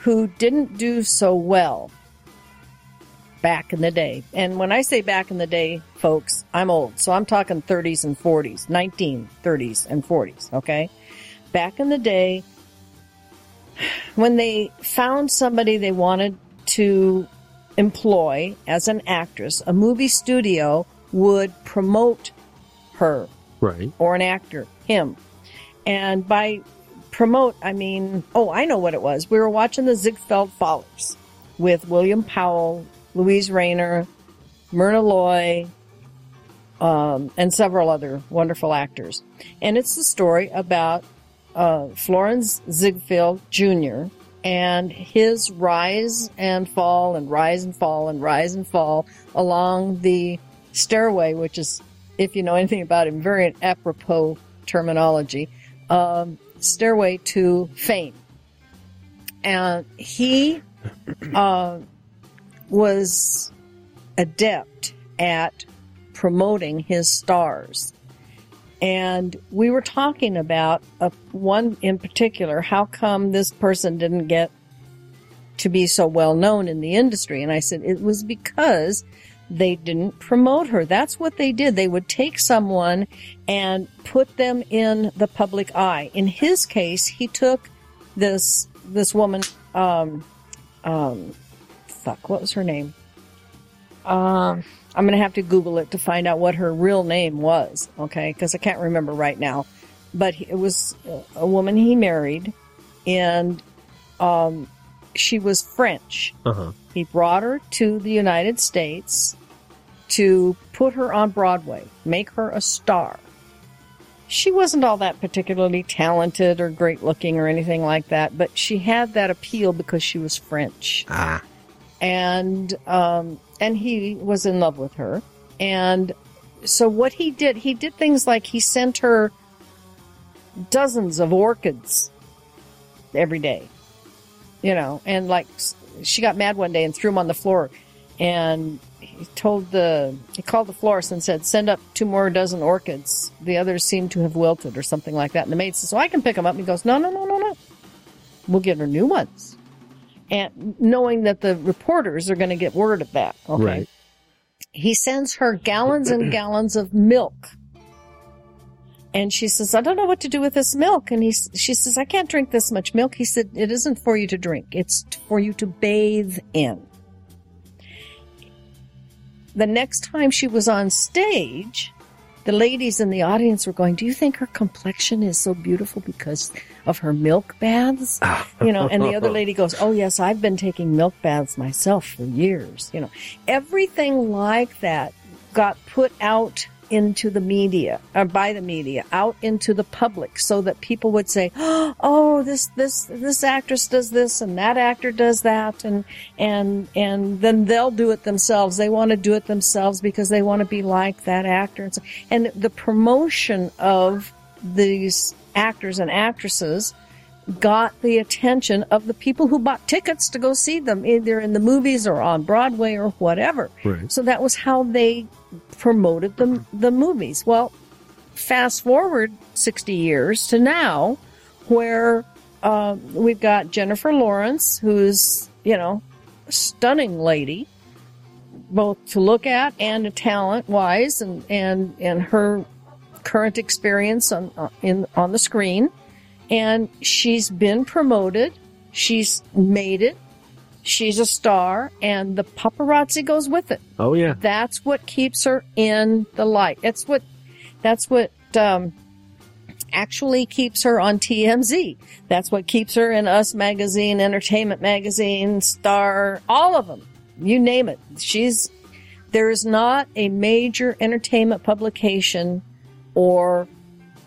who didn't do so well back in the day. And when I say back in the day, folks, I'm old. So I'm talking 30s and 40s, 1930s and 40s, okay? Back in the day, when they found somebody they wanted to employ as an actress, a movie studio would promote her
Right.
or an actor, him. And by promote, I mean, oh, I know what it was. We were watching the Ziegfeld Follies with William Powell, Louise Rayner, Myrna Loy, um, and several other wonderful actors. And it's the story about uh, Florence Ziegfeld Jr. and his rise and fall and rise and fall and rise and fall along the stairway, which is, if you know anything about him, very apropos terminology, um, stairway to fame. And he uh, was adept at promoting his stars. And we were talking about a, one in particular. How come this person didn't get to be so well known in the industry? And I said it was because they didn't promote her. That's what they did. They would take someone and put them in the public eye. In his case, he took this this woman. Um, um, fuck, what was her name? Um, I'm gonna have to Google it to find out what her real name was. Okay, because I can't remember right now. But he- it was uh, a woman he married, and um, she was French.
Uh huh.
He brought her to the United States to put her on Broadway, make her a star. She wasn't all that particularly talented or great looking or anything like that, but she had that appeal because she was French
Ah.
and um, and he was in love with her. And so what he did, he did things like he sent her dozens of orchids every day, you know, and like s- she got mad one day and threw them on the floor, and he told the he called the florist and said, "Send up two more dozen orchids. The others seem to have wilted or something like that." And the maid says, "So I can pick them up." And he goes, "No, no, no, no, no. We'll get her new ones." and knowing that the reporters are going to get word of that. Okay.
Right.
He sends her gallons and gallons of milk. And she says, I don't know what to do with this milk. And he, s- she says, I can't drink this much milk. He said, it isn't for you to drink. It's t- for you to bathe in. The next time she was on stage, the ladies in the audience were going, do you think her complexion is so beautiful because of her milk baths? you know and the other lady goes oh yes i've been taking milk baths myself for years you know everything like that got put out into the media or by the media out into the public so that people would say <gasps> oh this this this actress does this and that actor does that and and and then they'll do it themselves they want to do it themselves because they want to be like that actor and, so, and the promotion of these actors and actresses got the attention of the people who bought tickets to go see them, either in the movies or on Broadway or whatever.
Right.
So that was how they promoted the, the movies. Well, fast forward 60 years to now, where uh, we've got Jennifer Lawrence, who's, you know, a stunning lady, both to look at and talent wise, and, and, and her current experience on, uh, in, on the screen and she's been promoted. She's made it. She's a star, and the paparazzi goes with it.
Oh yeah.
That's what keeps her in the light. It's what, that's what um, actually keeps her on TMZ. That's what keeps her in Us Magazine, Entertainment Magazine, Star, all of them. You name it. She's, there is not a major entertainment publication or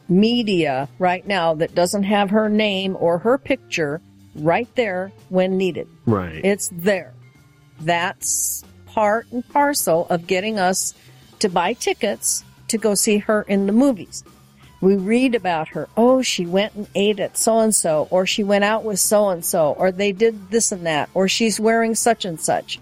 media right now that doesn't have her name or her picture right there when needed.
Right.
It's there. That's part and parcel of getting us to buy tickets to go see her in the movies. We read about her. Oh, she went and ate at so and so, or she went out with so and so, or they did this and that, or she's wearing such and such.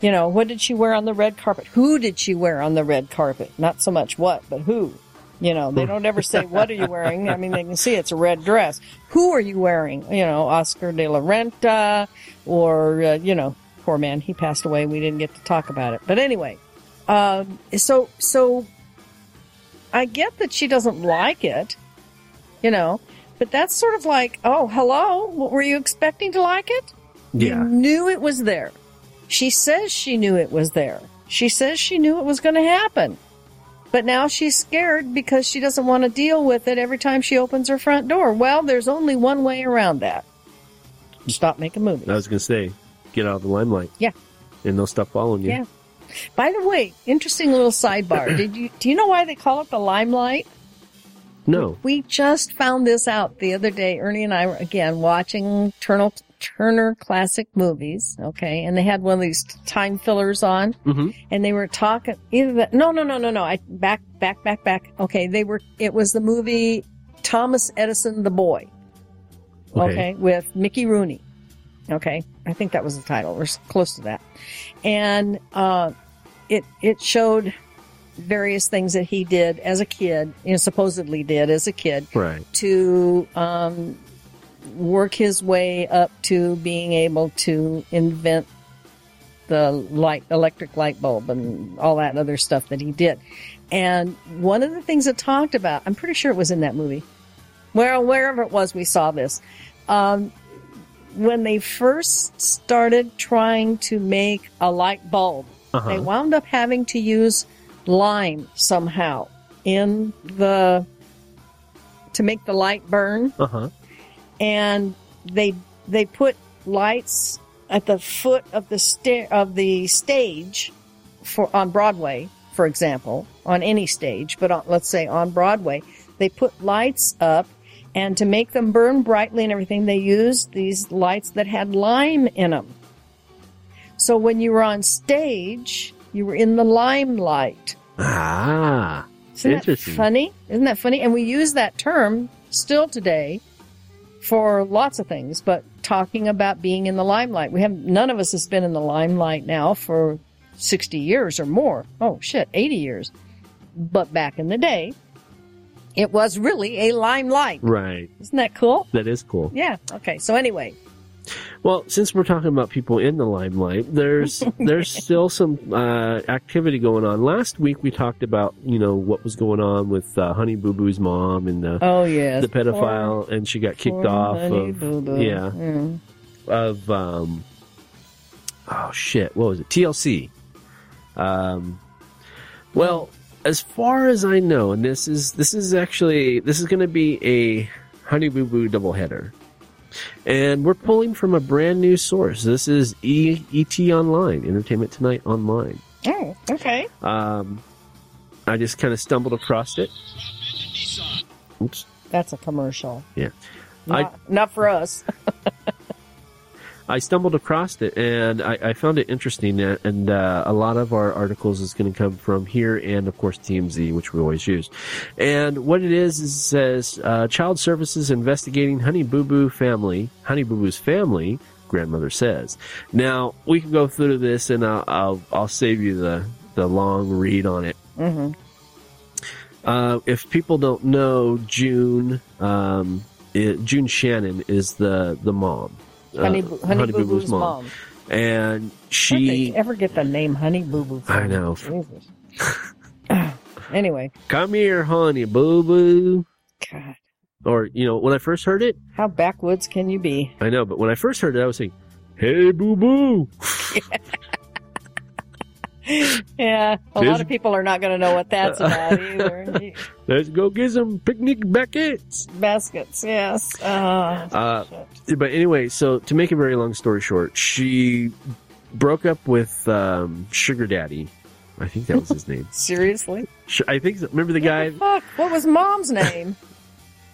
You know, what did she wear on the red carpet? Who did she wear on the red carpet? Not so much what, but who. You know, they don't ever say, What are you wearing? I mean, they can see it's a red dress. Who are you wearing? You know, Oscar de la Renta, or, uh, you know, poor man, he passed away. We didn't get to talk about it. But anyway, um, so, so I get that she doesn't like it, you know, but that's sort of like, oh, hello, what were you expecting to like it? You
yeah.
knew it was there. She says she knew it was there. She says she knew it was going to happen. But now she's scared because she doesn't want to deal with it every time she opens her front door. Well, there's only one way around that. Stop making movies.
I was going to say, get out of the limelight.
Yeah.
And they'll stop following you.
Yeah. By the way, interesting little sidebar. Did you do you know why they call it the limelight?
No.
We just found this out the other day. Ernie and I were again watching Turner, Turner Classic Movies. Okay. And they had one of these time fillers on
Mm-hmm.
and they were talking either that, no, no, no, no, no. I back, back, back, back. Okay. They were, it was the movie Thomas Edison, the boy.
Okay.
Okay. With Mickey Rooney. Okay. I think that was the title or s- close to that. And, uh, it, it showed various things that he did as a kid, you know, supposedly did as a kid
Right.
to um, work his way up to being able to invent the light electric light bulb and all that other stuff that he did. And one of the things it talked about, I'm pretty sure it was in that movie. Well, wherever it was, we saw this. Um, when they first started trying to make a light bulb,
Uh-huh.
they wound up having to use lime somehow in the to make the light burn
Uh huh.
and they they put lights at the foot of the stair of the stage for on Broadway, for example, on any stage, but on, let's say on Broadway, they put lights up, and to make them burn brightly and everything, they used these lights that had lime in them. So when you were on stage, you were in the limelight.
Ah.
Isn't
Interesting.
that funny? Isn't that funny? And we use that term still today for lots of things, but talking about being in the limelight. We have none of us has been in the limelight now for 60 years or more. Oh shit, 80 years. But back in the day, it was really a limelight.
Right.
Isn't that cool?
That is cool.
Yeah. Okay. So anyway,
Well, since we're talking about people in the limelight,
<laughs>
there's there's still some uh, activity going on. Last week we talked about you know what was going on with uh, Honey Boo Boo's mom and the
oh yes.
the pedophile, and she got kicked
Poor
off
honey
of
boo-boo.
yeah
Mm.
of um oh shit what was it TLC. Um, well, as far as I know, and this is this is actually this is going to be a Honey Boo Boo doubleheader, and we're pulling from a brand new source. This is e- ET Online, Entertainment Tonight Online.
Oh, okay.
Um, I just kind of stumbled across it. Oops.
That's a commercial.
Yeah. I-
Not, not for us.
I stumbled across it and I, I found it interesting. a- And uh, a lot of our articles is going to come from here and, of course, TMZ, which we always use. And what it is, is it says uh, Child Services investigating Honey Boo Boo family, Honey Boo Boo's family, grandmother says. Now, we can go through this and I'll, I'll, I'll save you the, the long read on it.
hmm
Uh, if people don't know, June um, i June Shannon is the the mom, Uh,
Honey, Boo- Honey, Boo Boo's mom.
and
Where'd they
she
ever get the name Honey Boo Boo? from?
I know.
<laughs> Jesus. <clears throat> anyway,
come here, honey, boo boo.
God,
Or you know, when I first heard it,
how backwoods can you be?
I know, but when I first heard it, I was saying, "Hey, boo boo."
Yeah, a
Tis-
lot of people are not going to know what <laughs> that's about either.
Let's go get some picnic buckets.
Baskets, yes. Oh,
Uh,
shit.
but anyway, so to make a very long story short, she broke up with um, Sugar Daddy. I think that was his name.
Seriously?
Sh- I think so. remember the guy,
Fuck, what was mom's name?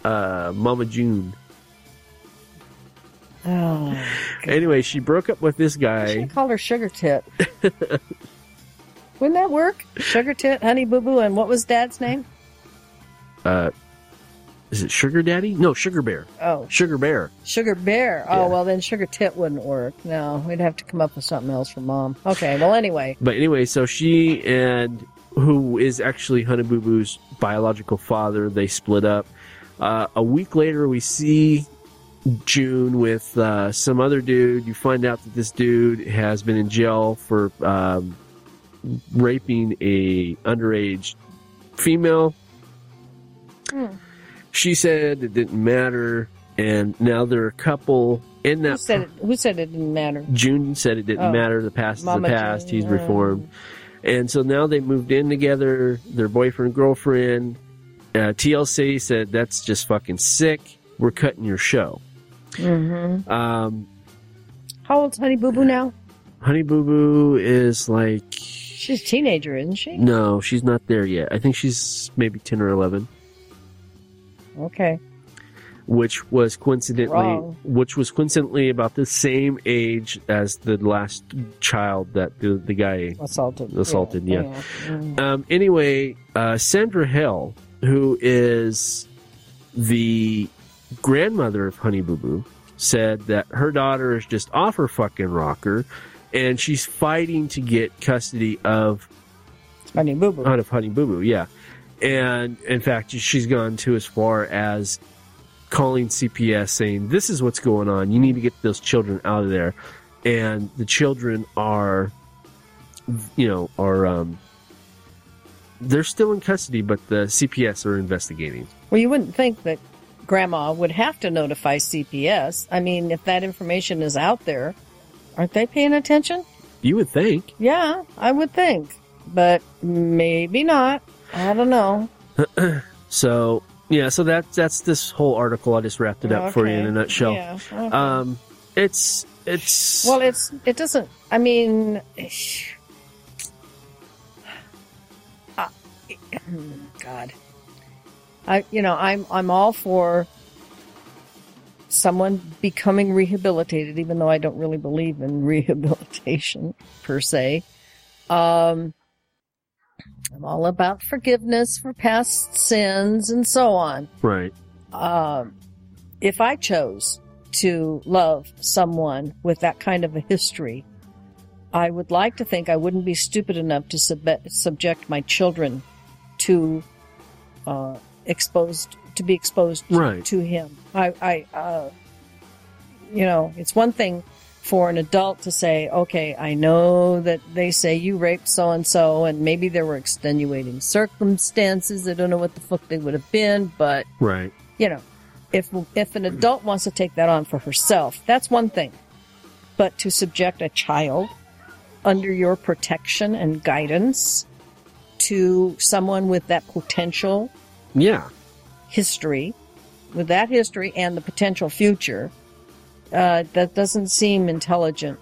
uh, Mama June.
<laughs> Oh,
Anyway, she broke up with
I
this
should
guy.
have called her Sugar <laughs> Tit. Wouldn't that work? Sugar Tit, Honey Boo Boo, and what was dad's name?
Uh, is it Sugar Daddy? No, Sugar Bear.
Oh,
Sugar Bear.
Sugar Bear. Oh,
Yeah.
well, then Sugar Tit wouldn't work. No, we'd have to come up with something else for mom. Okay, well, anyway.
But anyway, so she and who is actually Honey Boo Boo's biological father, they split up. Uh, a week later, we see June with uh, some other dude. You find out that this dude has been in jail for um, raping a underage female.
Hmm.
She said it didn't matter, and now they're a couple. In
Who
that,
said it, who said it didn't matter?
June said it didn't
Oh.
matter. The past
Mama
is the past.
June,
He's
uh,
reformed. And so now they moved in together, their boyfriend, girlfriend. Uh, TLC said, that's just fucking sick. We're cutting your show.
Mhm.
Um,
How old's Honey Boo Boo now?
Honey Boo Boo is like,
She's a teenager, isn't she?
no, she's not there yet. I think she's maybe 10 or 11,
Okay.
which was coincidentally,
Wrong.
which was coincidentally about the same age as the last child that the, the guy
Assaulted.
Assaulted, yeah.
Mm.
Um, anyway, uh, Sandra Hill, who is the grandmother of Honey Boo Boo, said that her daughter is just off her fucking rocker, and she's fighting to get custody of
Honey Boo Boo.
out of Honey Boo Boo. Yeah, and in fact, she's gone to as far as calling CPS saying, "This is what's going on. You need to get those children out of there." And the children are, you know, are um, they're still in custody, but the CPS are investigating.
Well, you wouldn't think that grandma would have to notify CPS. I mean, if that information is out there, aren't they paying attention?
You would think.
Yeah, I would think. But maybe not. I don't know.
So yeah, so that that's this whole article. I just wrapped it up for you in a
Okay.
nutshell.
Yeah, okay.
Um, it's it's
well, it's it doesn't. I mean, uh, <clears throat> God, I you know I'm I'm all for someone becoming rehabilitated, even though I don't really believe in <laughs> rehabilitation per se. Um, I'm all about forgiveness for past sins and so on
right.
um, if I chose to love someone with that kind of a history, I would like to think I wouldn't be stupid enough to sub- subject my children to uh, exposed to be exposed
Right.
to him. I, I uh, you know, it's one thing for an adult to say, okay, I know that they say you raped so and so, and maybe there were extenuating circumstances. I don't know what the fuck they would have been, but
Right.
you know, if if an adult wants to take that on for herself, that's one thing. But to subject a child under your protection and guidance to someone with that potential
Yeah.
history, with that history and the potential future, uh, that doesn't seem intelligent.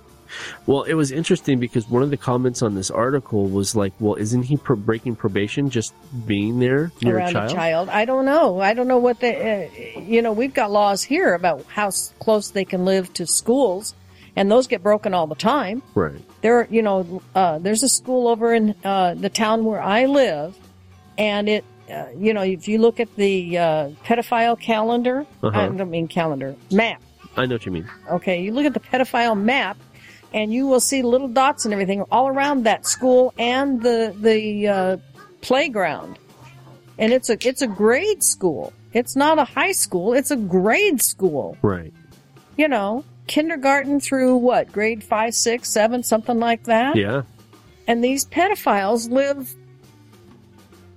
Well, it was interesting because one of the comments on this article was like, "Well, isn't he pro- breaking probation just being there near
around
a child?"
I don't know. I don't know what the uh, you know. We've got laws here about how s- close they can live to schools, and those get broken all the time.
Right.
there are, you know uh, there's a school over in uh, the town where i live and it uh, you know if you look at the uh, pedophile calendar
Uh-huh.
i don't mean calendar map
I know what you mean.
okay you look at the pedophile map and you will see little dots and everything all around that school and the the uh, playground and it's a it's a grade school it's not a high school it's a grade school
Right.
you know kindergarten through what grade five six seven something like that
Yeah.
and these pedophiles live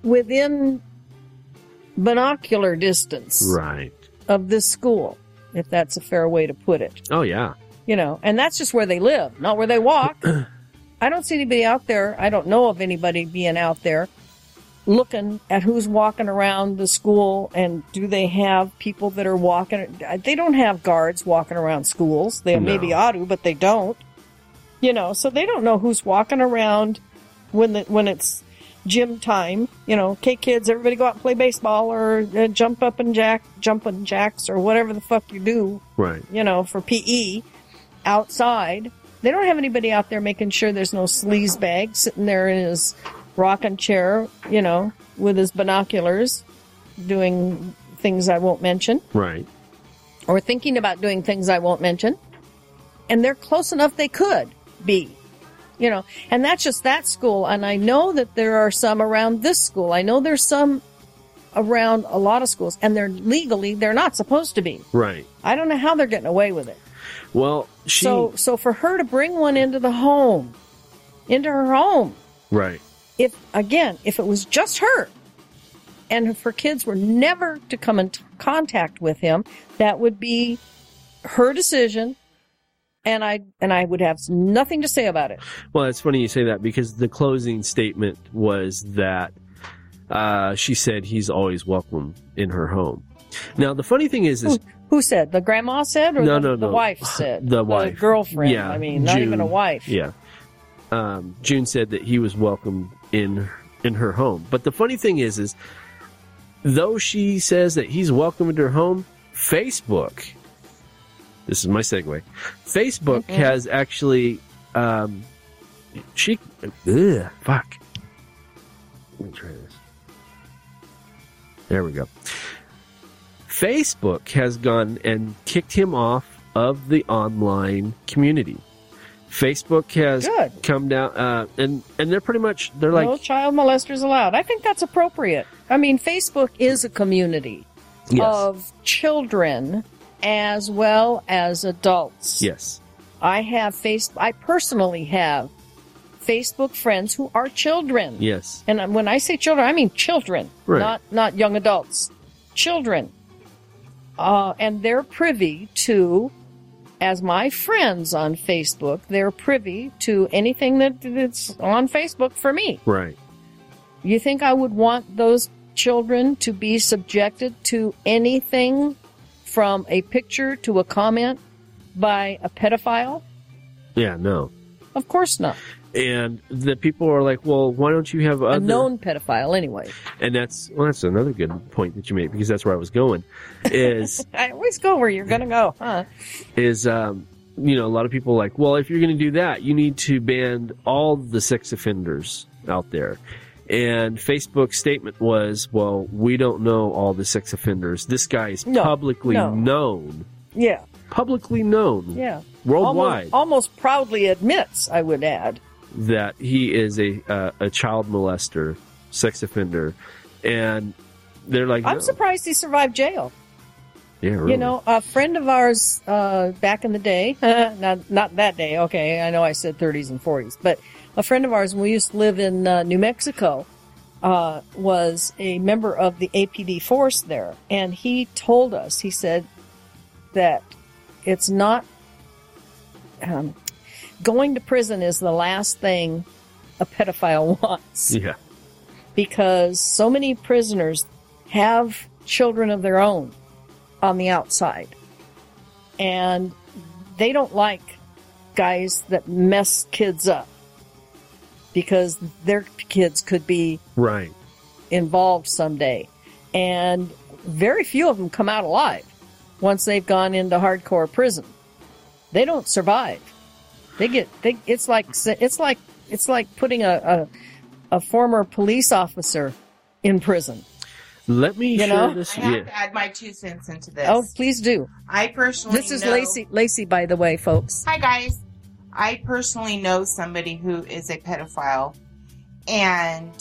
within binocular distance
Right.
of this school, if that's a fair way to put it.
Oh yeah.
You know, and that's just where they live, not where they walk. I don't see anybody out there. I don't know of anybody being out there looking at who's walking around the school and do they have people that are walking. uh, They don't have guards walking around schools. They
No.
maybe ought to, but they don't. You know, so they don't know who's walking around when the, when it's gym time. You know, okay, kids, everybody go out and play baseball or uh, jump up and jack, jump and jacks or whatever the fuck you do
Right.
you know, for PE outside. They don't have anybody out there making sure there's no sleaze bag sitting there in his rocking chair, you know, with his binoculars doing things I won't mention
Right.
or thinking about doing things I won't mention. And they're close enough they could be. You know, and that's just that school. And I know that there are some around this school. I know there's some around a lot of schools and they're legally, they're not supposed to be.
Right.
I don't know how they're getting away with it.
Well, she.
So, so for her to bring one into the home, into her home,
right.
if again, if it was just her, and if her kids were never to come in t- contact with him, that would be her decision, and I and I would have nothing to say about it.
Well, it's funny you say that because the closing statement was that uh, she said he's always welcome in her home. Now, the funny thing is, is
Who said? The grandma said, or
No,
the,
no,
the
no.
wife said,
The wife.
girlfriend.
Yeah,
I mean, not
June.
even a wife.
Yeah. Um, June said that he was welcome in in her home. But the funny thing is, is though she says that he's welcome into her home, Facebook. This is my segue. Facebook has actually. Um, she. Ugh, fuck. Let me try this. There we go. Facebook has gone and kicked him off of the online community. Facebook has
Good.
come down, uh, and and they're pretty much they're like
no child molesters allowed. I think that's appropriate. I mean, Facebook is a community.
yes,
of children as well as adults.
yes,
I have face I personally have Facebook friends who are children.
yes,
And when I say children, I mean children,
Right.
not not young adults. Children. Uh, and they're privy to as my friends on Facebook, they're privy to anything that that's on Facebook for me.
right,
You think I would want those children to be subjected to anything from a picture to a comment by a pedophile?
yeah, no.
Of course not.
And the people are like, well, why don't you have other?
A known pedophile, anyway.
and that's well, that's another good point that you made because that's where I was going. Is
I always go where you're going to go, huh?
is um, you know a lot of people like, well, if you're going to do that, you need to ban all the sex offenders out there. And Facebook's statement was, well, we don't know all the sex offenders. This guy is
No,
publicly
no.
known,
Yeah,
publicly known
yeah.
worldwide
Almost, almost proudly admits, I would add.
that he is a uh, a child molester, sex offender, and they're like,
I'm
no.
surprised he survived jail.
yeah, really.
You know, a friend of ours uh, back in the day, <laughs> not, not that day, okay, I know I said 30s and 40s, but a friend of ours, when we used to live in uh, New Mexico, uh, was a member of the APD force there. And he told us, he said that it's not um, going to prison is the last thing a pedophile <laughs> wants
yeah,
because so many prisoners have children of their own on the outside. And they don't like guys that mess kids up because their kids could be
right,
involved someday. And very few of them come out alive once they've gone into hardcore prison. They don't survive. They get they, it's like it's like it's like putting a, a a former police officer in prison.
Let me
You
share
know?
this.
I have
Yeah,
to add my two cents into this.
Oh, please do.
I personally
This is
know-
Lacey Lacey by the way, folks.
Hi guys. I personally know somebody who is a pedophile and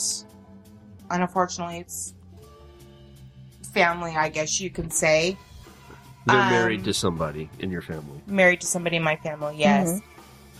unfortunately it's family, I guess you can say.
they're
um,
married to somebody in your family.
Married to somebody in my family, yes.
Mm-hmm.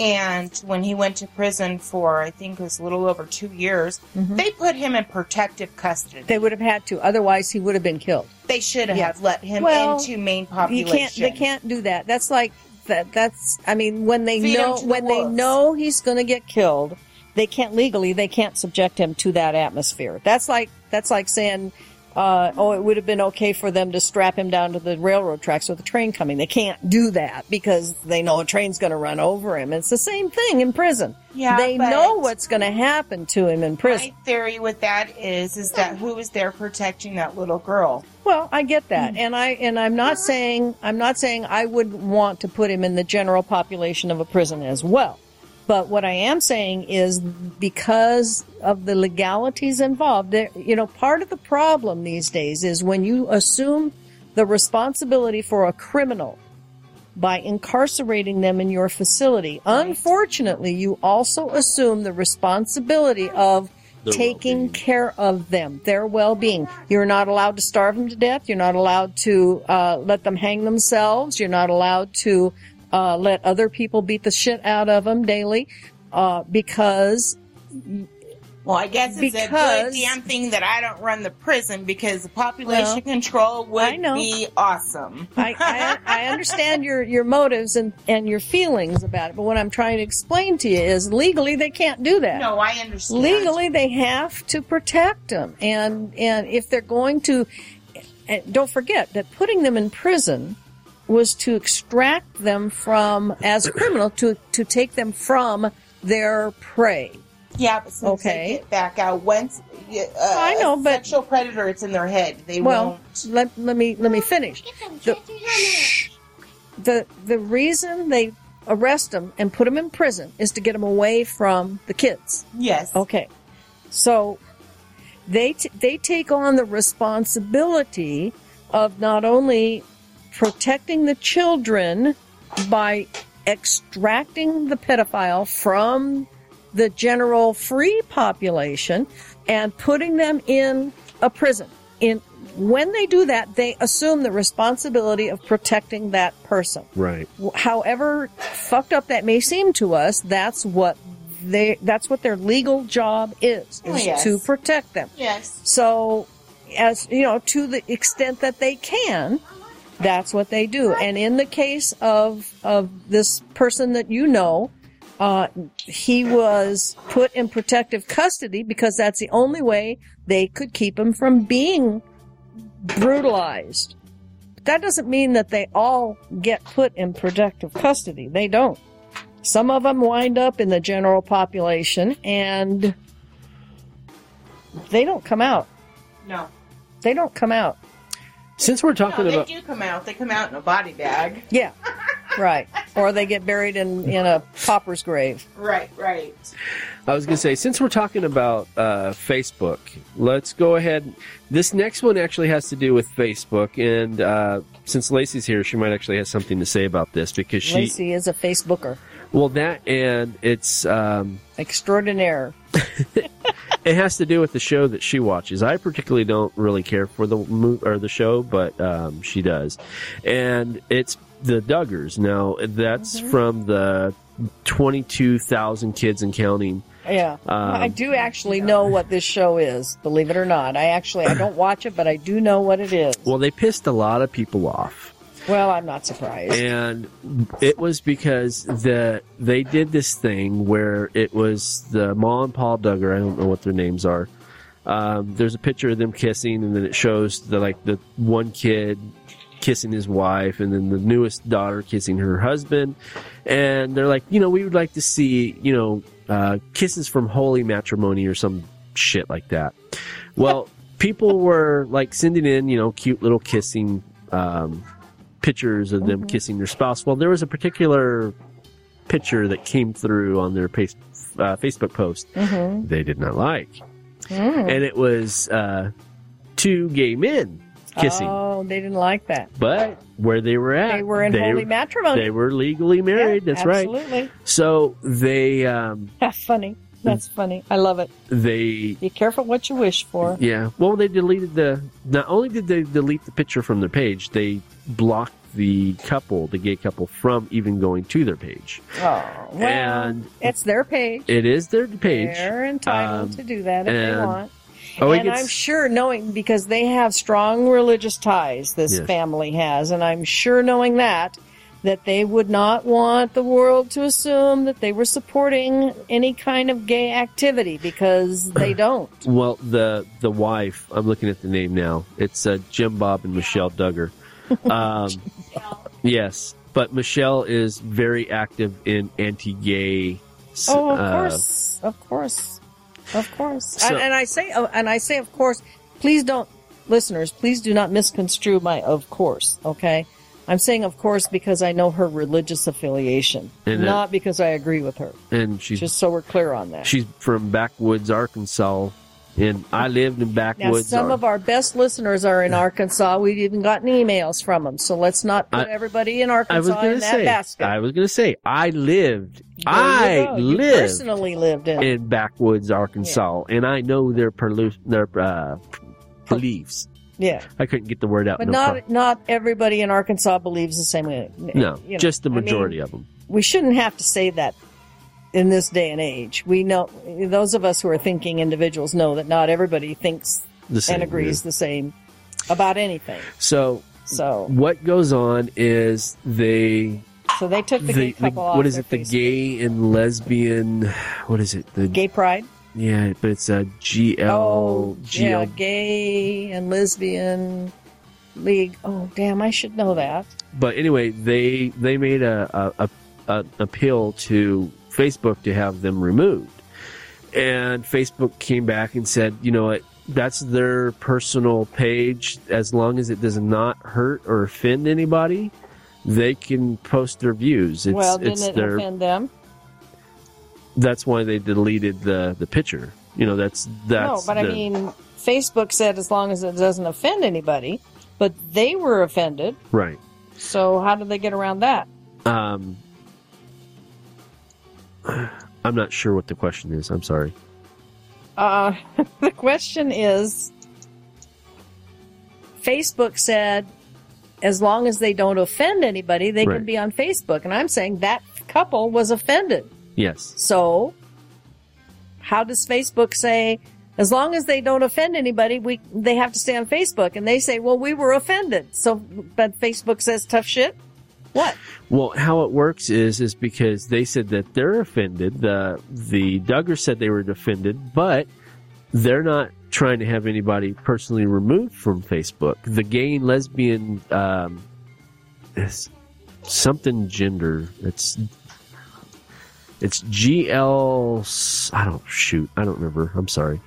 And when he went to prison for I think it was a little over two years,
Mhm.
they put him in protective custody.
They would have had to otherwise he would have been killed.
They should
Yeah.
have let him
Well,
into main
You
population.
can't they can't do that. That's like that that's I mean when they
Feed him
know
to the
when they
wolves.
know he's going to get killed, they can't legally they can't subject him to that atmosphere. That's like that's like saying uh, oh it would have been okay for them to strap him down to the railroad tracks with a train coming. They can't do that because they know a train's going to run over him. It's the same thing in prison.
Yeah,
they
but-
know what's going to happen to him in prison.
My theory with that is is that who was there protecting that little girl?
Well, I get that, and I and I'm not saying I'm not saying I would want to put him in the general population of a prison as well. But what I am saying is because of the legalities involved, there, you know, part of the problem these days is when you assume the responsibility for a criminal by incarcerating them in your facility. Unfortunately, you also assume the responsibility of
Their
taking
well-being.
care of them, their well being. You're not allowed to starve them to death. You're not allowed to uh, let them hang themselves. You're not allowed to uh, let other people beat the shit out of them daily uh, because
Well, I guess it's a good
Because-
damn thing that I don't run the prison because the population
Well,
control
I
would
know.
be awesome.
I, I, I understand your, your motives and, and your feelings about it, but what I'm trying to explain to you is legally they can't do that.
no, I understand.
legally they have to protect them and and if they're going to and don't forget that putting them in prison was to extract them from as a criminal to to take them from their prey
Yeah, but since okay.
Okay.
they get back out once, uh,
I know,
a
but-
sexual predator, it's in their head. They
well
won't.
let, let me let me finish the, the the reason they arrest them and put them in prison is to get them away from the kids
Yes.
Okay. So they t- they take on the responsibility of not only protecting the children by extracting the pedophile from the general free population and putting them in a prison. In when they do that, they assume the responsibility of protecting that person
Right.
however fucked up that may seem to us, that's what they that's what their legal job is, is
Oh, yes.
to protect them.
Yes.
So as you know, to the extent that they can, that's what they do. And in the case of of this person that you know, uh, he was put in protective custody because that's the only way they could keep him from being brutalized. That doesn't mean that they all get put in protective custody. They don't. Some of them wind up in the general population and they don't come out.
No.
They don't come out.
Since we're
No,
talking
they
about
do come out. They come out in a body bag.
Yeah. Right. Or they get buried in, in a pauper's grave.
Right, right.
I was going to say, since we're talking about uh, Facebook, let's go ahead. This next one actually has to do with Facebook, and uh, since Lacey's here, she might actually have something to say about this because she,
Lacey is a Facebooker.
well, that and it's um,
Extraordinaire.
it has to do with the show that she watches. I particularly don't really care for the mo- or the show, but um, she does, and it's the Duggars. Now that's from the twenty-two thousand kids and counting.
Yeah.
Um,
I do actually know what this show is, believe it or not. I actually I don't watch it, but I do know what it is.
Well, they pissed a lot of people off.
Well, I'm not surprised.
and it was because the they did this thing where it was the Ma and Paul Duggar. I don't know what their names are. Um, there's a picture of them kissing, and then it shows the like the one kid kissing his wife, and then the newest daughter kissing her husband. And they're like, you know, we would like to see, you know, uh, kisses from holy matrimony or some shit like that. Well, people were like sending in, you know, cute little kissing um, pictures of
Mm-hmm.
them kissing their spouse. Well, there was a particular picture that came through on their pace, uh, Facebook post
Mhm.
they did not like,
Mm.
and it was uh, two gay men kissing.
Oh, they didn't like that.
but where they were at,
They were in holy matrimony.
they were legally married.
Yeah,
that's right.
Absolutely. <laughs>
So they um,
That's funny. That's funny. I love it.
they
Be careful what you wish for.
Yeah. Well, they deleted the. Not only did they delete the picture from their page, they blocked the couple, the gay couple, from even going to their page.
Oh, well,
And-
it's their page.
It is their page.
They're entitled
Um,
to do that if
and-
they want.
Oh, it
and
gets-
I'm sure knowing because they have strong religious ties, this
Yes.
family has, and I'm sure knowing that, that they would not want the world to assume that they were supporting any kind of gay activity
<clears throat>
because they don't.
Well, the the wife. I'm looking at the name now. It's uh, Jim Bob and
<laughs>
Michelle Duggar. Um, yes, but Michelle is very active in anti-gay. s-
Oh, of
uh,
course, of course, of course.
So-
and, and I say, oh, and I say, of course. Please don't, listeners. Please do not misconstrue my "of course." Okay, I'm saying "of course" because I know her religious affiliation,
And uh, that-
not because I agree with her.
and she's
Just so we're clear on that.
she's from backwoods Arkansas, and I lived in
Now,
backwoods.
some
Ar-
of our best listeners are in Arkansas. We've even gotten emails from them, so let's not put
I-
everybody in
I was
Arkansas
gonna
in that
say.
basket.
I was gonna say. I lived.
There you
I
go. You
lived
personally lived in.
in backwoods Arkansas, and I know their perlu- their uh, beliefs.
yeah,
I couldn't get the word out.
but
no
not
pro-
not everybody in Arkansas believes the same way.
no,
You know,
just the
I mean,
majority of them.
we shouldn't have to say that in this day and age. We know those of us who are thinking individuals know that not everybody thinks
The same,
and agrees the same about anything.
yeah. So
So,
what goes on is they
so they took the, gay
the, the
couple off.
what is
their
it the
Facebook.
gay and lesbian what is it the
Gay pride?
yeah but it's a G L
oh,
G
yeah,
L
gay and lesbian league. Oh, damn! I should know that.
but anyway, they they made a, a, a, a appeal to Facebook to have them removed, and Facebook came back and said, you know what, that's their personal page. As long as it does not hurt or offend anybody, they can post their views. It's,
well, didn't
it's
it
their
offend them?
that's why they deleted the the picture. You know, that's that's
no, but I
the-
mean, Facebook said as long as it doesn't offend anybody, but they were offended.
right.
So how did they get around that?
Um, <sighs> I'm not sure what the question is. I'm sorry.
Uh, <laughs> the question is Facebook said as long as they don't offend anybody, they
Right.
can be on Facebook. And I'm saying that couple was offended.
Yes.
So, how does Facebook say as long as they don't offend anybody, we they have to stay on Facebook? And they say, well, we were offended. So, but Facebook says tough shit. What?
Well, how it works is is because they said that they're offended. The the Duggars said they were offended, but they're not trying to have anybody personally removed from Facebook. The gay and lesbian um, it's something gender. It's it's GL. I don't shoot. I don't remember. I'm sorry.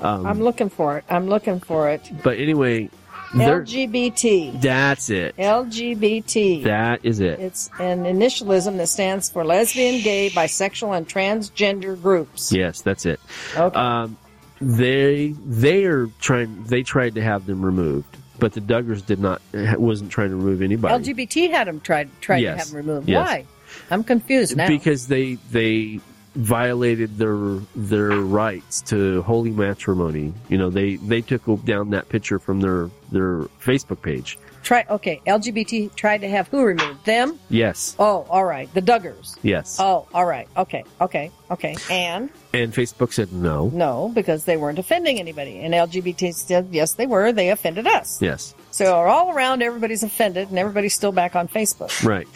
Um,
I'm looking for it. I'm looking for it.
but anyway, they're,
LGBT.
that's it.
LGBT.
That is it.
It's an initialism that stands for lesbian, gay, bisexual, and transgender groups.
Yes, that's it.
Okay.
Um, they they are trying. They tried to have them removed, but the Duggars did not. Wasn't trying to remove anybody
LGBT had them tried tried to
Yes.
have them removed.
Yes.
Why? I'm confused now.
because they they violated their their rights to holy matrimony. You know, they they took down that picture from their their Facebook page.
Try okay. LGBT tried to have who removed them?
Yes,
Oh, all right. The Duggars.
yes.
Oh, all right. Okay. Okay. Okay. And
and Facebook said no.
no, because they weren't offending anybody. And LGBT said yes, they were. They offended us.
Yes,
So all around, everybody's offended, and everybody's still back on Facebook,
right.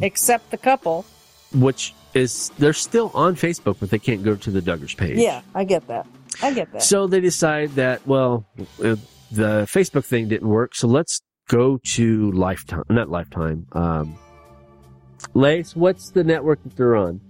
except the couple.
Which is they're still on Facebook, but they can't go to the Duggars page.
Yeah, I get that. I get that.
So they decide that well, uh, the Facebook thing didn't work, so let's go to Lifetime. Not Lifetime. Um, Lace, what's the network that they're on?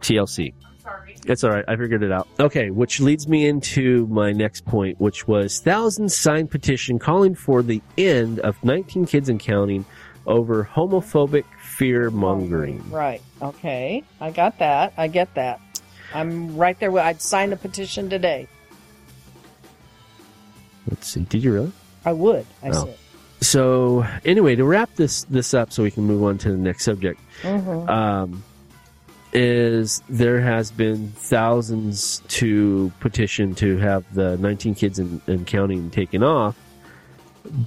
TLC.
I'm sorry.
It's all right. I figured it out. Okay, which leads me into my next point, which was thousands signed petition calling for the end of 19 kids and counting over homophobic fear mongering.
Right. Okay. I got that. I get that. I'm right there. with- I'd sign the petition today.
Let's see. Did you really?
I would. I
Oh.
said.
So anyway, to wrap this this up, so we can move on to the next subject.
hmm
um, is there has been thousands to petition to have the 19 kids and, and counting taken off,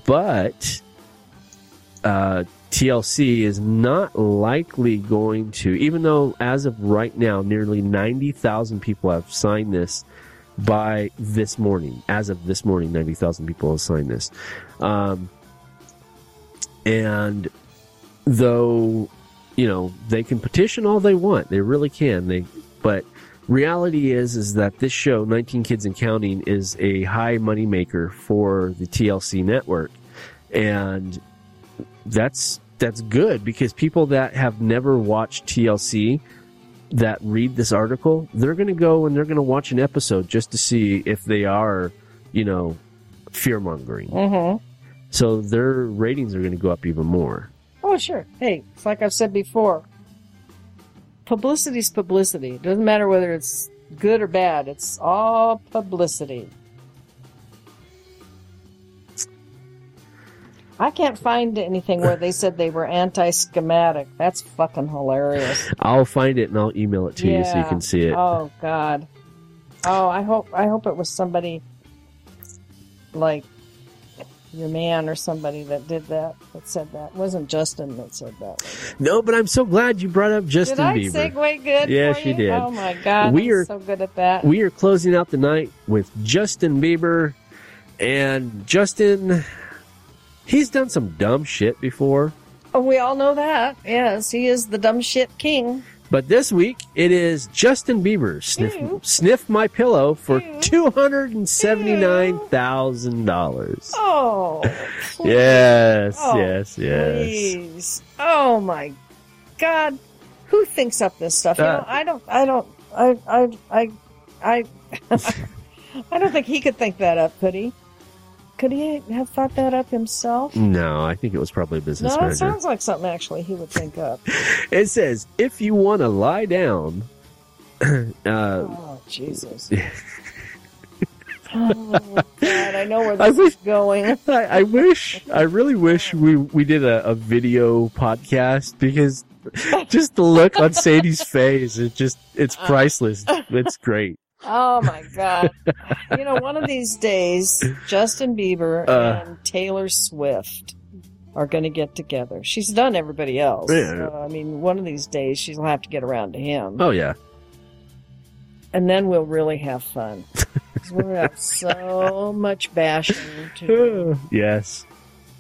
but uh, TLC is not likely going to, even though as of right now, nearly 90,000 people have signed this by this morning. As of this morning, 90,000 people have signed this. Um, and though you know they can petition all they want they really can they but reality is is that this show 19 kids and counting is a high money maker for the TLC network and that's that's good because people that have never watched TLC that read this article they're going to go and they're going to watch an episode just to see if they are you know fear mongering
Mm-hmm.
so their ratings are going to go up even more
Oh, sure. Hey, it's like I've said before. Publicity's publicity. It doesn't matter whether it's good or bad. It's all publicity. I can't find anything where they said they were anti-schematic. That's fucking hilarious.
<laughs> I'll find it and I'll email it to you so you
Yeah.
can see it.
Oh God. Oh, I hope I hope it was somebody like your man or somebody that did that that said that. It wasn't Justin that said that.
No, but I'm so glad you brought up Justin
did I
Bieber.
segue good?
Yes,
for
you did.
Oh my God,
We
I'm
are-
so good at that.
We are closing out the night with Justin Bieber, and Justin, he's done some dumb shit before,
Oh, we all know that. Yes, he is the dumb shit king.
but this week it is Justin Bieber sniff
Ew.
sniff my pillow for
Ew.
two hundred and seventy nine thousand dollars. <laughs>
Oh,
Yes,
Oh,
yes, yes.
Please. Oh my God. Who thinks up this stuff? You
Uh,
know, I don't I don't I I I I <laughs> I don't think he could think that up, could he? Could he have thought that up himself?
No, I think it was probably a business
No, it
manager.
sounds like something actually he would think up.
<laughs> It says, if you want to lie down, <clears throat> uh,
Oh Jesus. oh God, I know where this
<laughs> I wish-
is going.
I, I wish, I really wish we, we did a, a video podcast because <laughs> just the look on Sadie's face, it just, it's priceless. It's great.
Oh my God. you know, one of these days, Justin Bieber
Uh.
and Taylor Swift are going to get together. She's done everybody else.
Yeah.
So, I mean, one of these days, she'll have to get around to him.
Oh yeah.
And then we'll really have
<laughs>
fun. 'Cause we're up so much bashing to
<laughs>
do.
yes.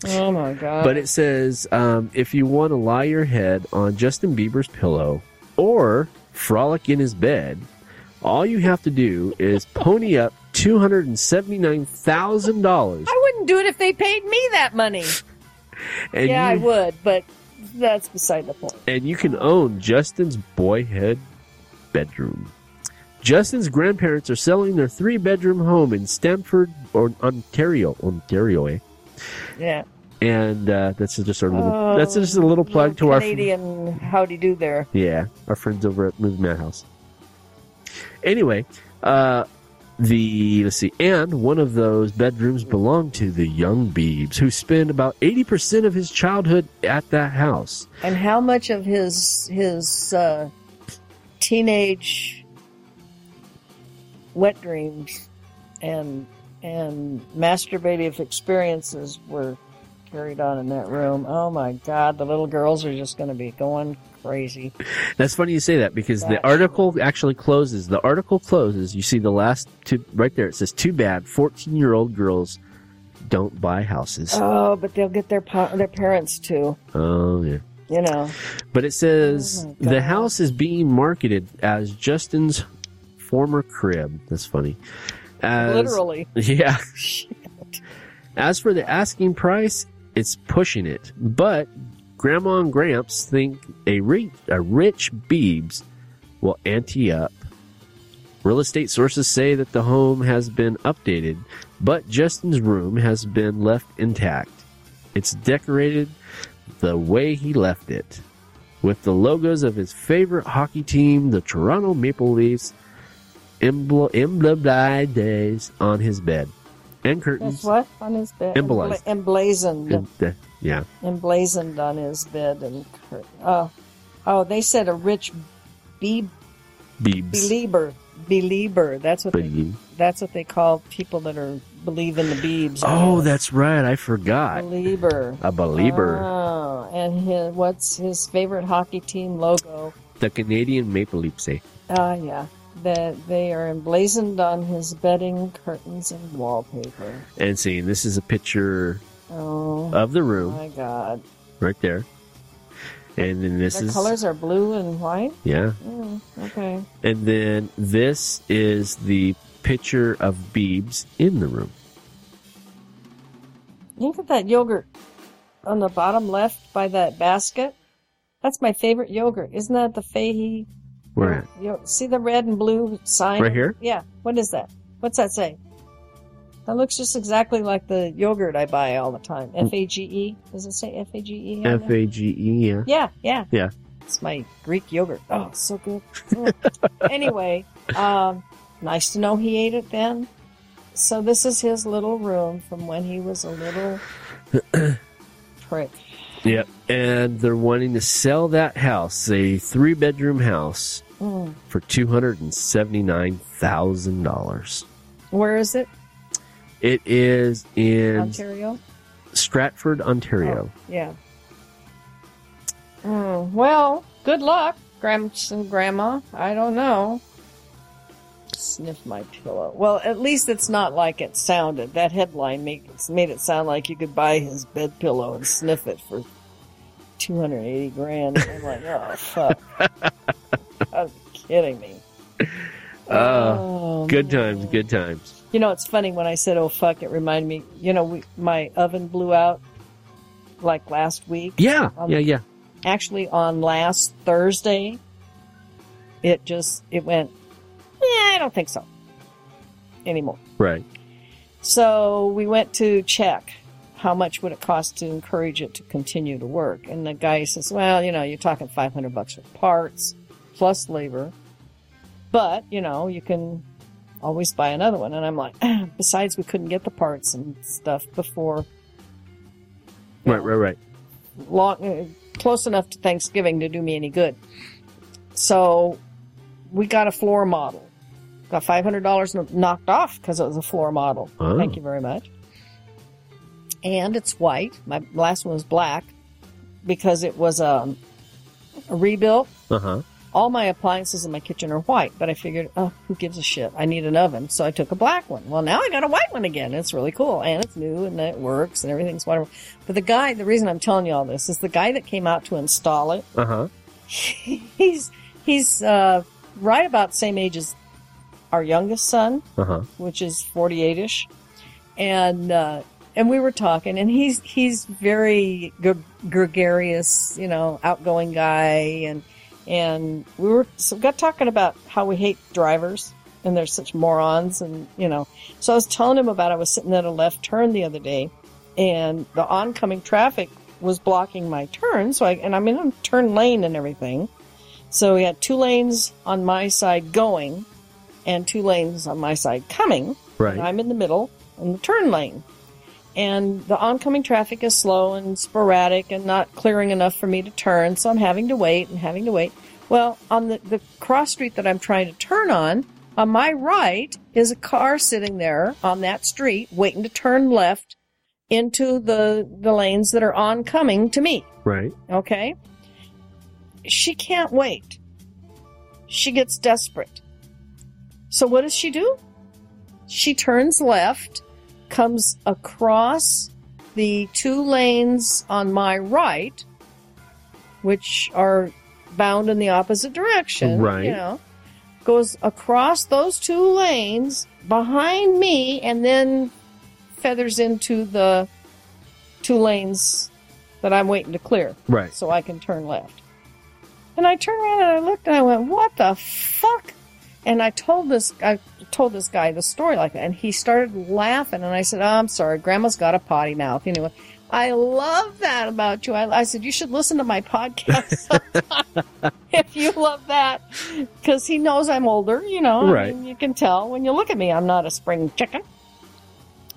Oh my God.
But it says, um, if you want to lie your head on Justin Bieber's pillow or frolic in his bed, all you have to do is pony up $279,000
I wouldn't do it if they paid me that money.
and
yeah, I
you
would, but that's beside the point.
and you can own Justin's boyhood bedroom. Justin's grandparents are selling their three bedroom home in Stamford, or Ontario, Ontario, eh?
Yeah.
and uh, that's just our little
Oh,
that's just a little plug to
little
our fr-
Canadian howdy do there.
yeah our friends over at Movie Madhouse. Anyway, uh, the let's see, and one of those bedrooms belonged to the young Beebs, who spent about eighty percent of his childhood at that house.
And how much of his his uh, teenage wet dreams and and masturbative experiences were carried on in that room? Oh my God, the little girls are just going to be going crazy.
That's funny you say that because the
That's-
article actually closes. The article closes. You see the last two right there. It says, "Too bad, fourteen-year-old girls don't buy houses." Oh,
Oh, but they'll get their pa- their parents too.
yeah.
You know,
But it says
Oh my
the
God.
house is being marketed as Justin's former crib. That's funny. As,
literally.
<laughs> Yeah. As for the asking price, it's pushing it. But Grandma and Gramps think a, re- a rich Beebs will ante up. Real estate sources say that the home has been updated, but Justin's room has been left intact. It's decorated the way he left it, with the logos of his favorite hockey team, the Toronto Maple Leafs, embl- emblazoned on his bed and curtains.
That's what on his bed.
Emblazoned.
Emblazoned.
And the- yeah.
emblazoned on his bed and cur- oh oh they said a rich be-
Beebs.
belieber belieber that's what they,
Beeb.
that's what they call people that are believe in the beebs I
Oh,
guess.
that's right. I forgot.
belieber
A belieber.
oh and his, what's his favorite hockey team logo
The Canadian Maple Leafs. eh?
ah yeah that they are emblazoned on his bedding curtains and wallpaper
And seeing this is a picture
oh
of the room
my god
right there. And then this
Their
is
colors are blue and white.
yeah.
Mm, okay.
And then this is the picture of Beebs in the room.
Look at that yogurt on the bottom left by that basket. That's my favorite yogurt. Isn't that the Fahey?
Where at?
Yo- see the red and blue sign?
Right here?
Yeah. What is that? What's that say? That looks just exactly like the yogurt I buy all the time. F A G E. Does it say F A G E?
Mm. F A G E. Yeah.
Yeah, yeah.
Yeah.
It's my Greek yogurt. Oh, it's so good. Mm. anyway, um, nice to know he ate it then. So this is his little room from when he was a little prick.
Yep. And they're wanting to sell that house, a three bedroom house,
Mm.
for two hundred and seventy nine thousand dollars.
Where is it?
It is in
Ontario?
Stratford, Ontario.
Yeah. Mm, well, good luck, Gramps and Grandma. I don't know. Sniff my pillow. Well, at least it's not like it sounded. That headline made it, made it sound like you could buy his bed pillow and sniff it for 280 grand. I'm like, oh, fuck. Are you kidding me?
Ah,
Oh,
Good
man.
times, good times.
You know, it's funny when I said, "Oh fuck," it reminded me. You know, we, my oven blew out like last week.
Yeah,
Um,
yeah, yeah.
Actually, on last Thursday, it just it went. Yeah, I don't think so anymore.
Right.
So we went to check how much would it cost to encourage it to continue to work, and the guy says, "Well, you know, you're talking 500 bucks for parts plus labor, but you know, you can always buy another one." And I'm like, <clears throat> "Besides, we couldn't get the parts and stuff before
Right, right, right.
long, uh, close enough to Thanksgiving to do me any good. So we got a floor model. Got five hundred dollars knocked off because it was a floor model.
Oh.
Thank you very much. And it's white. My last one was black because it was um, a rebuilt.
Uh huh.
All my appliances in my kitchen are white, but I figured, oh, who gives a shit? I need an oven, so I took a black one. Well, now I got a white one again. It's really cool, and it's new, and it works, and everything's wonderful. But the guy, the reason I'm telling you all this is the guy that came out to install it, <laughs>
Uh huh.
he's he's uh, right about the same age as our youngest son
Uh huh.
which is 48 ish. And, uh, and we were talking and he's, he's very gre- gregarious, you know, outgoing guy. And, and we were, so we got talking about how we hate drivers and they're such morons. And, you know, so I was telling him about, I was sitting at a left turn the other day and the oncoming traffic was blocking my turn. So I, and I'm in a turn lane and everything. So we had two lanes on my side going and two lanes on my side coming.
Right.
And I'm in the middle in the turn lane. And the oncoming traffic is slow and sporadic and not clearing enough for me to turn, so I'm having to wait and having to wait. Well, on the, the cross street that I'm trying to turn on, on my right is a car sitting there on that street waiting to turn left into the, the lanes that are oncoming to me.
Right.
Okay? She can't wait. She gets desperate. So what does she do? She turns left, comes across the two lanes on my right, which are bound in the opposite direction.
Right.
You know, goes across those two lanes behind me and then feathers into the two lanes that I'm waiting to clear
Right.
so I can turn left. And I turned around and I looked and I went, "What the fuck?" And I told this I told this guy the story like that, and he started laughing. And I said, oh, "I'm sorry, Grandma's got a potty mouth." Anyway, I love that about you. I, I said you should listen to my podcast <laughs> sometime if you love that, because he knows I'm older. You know, I
Right.
mean, you can tell when you look at me. I'm not a spring chicken.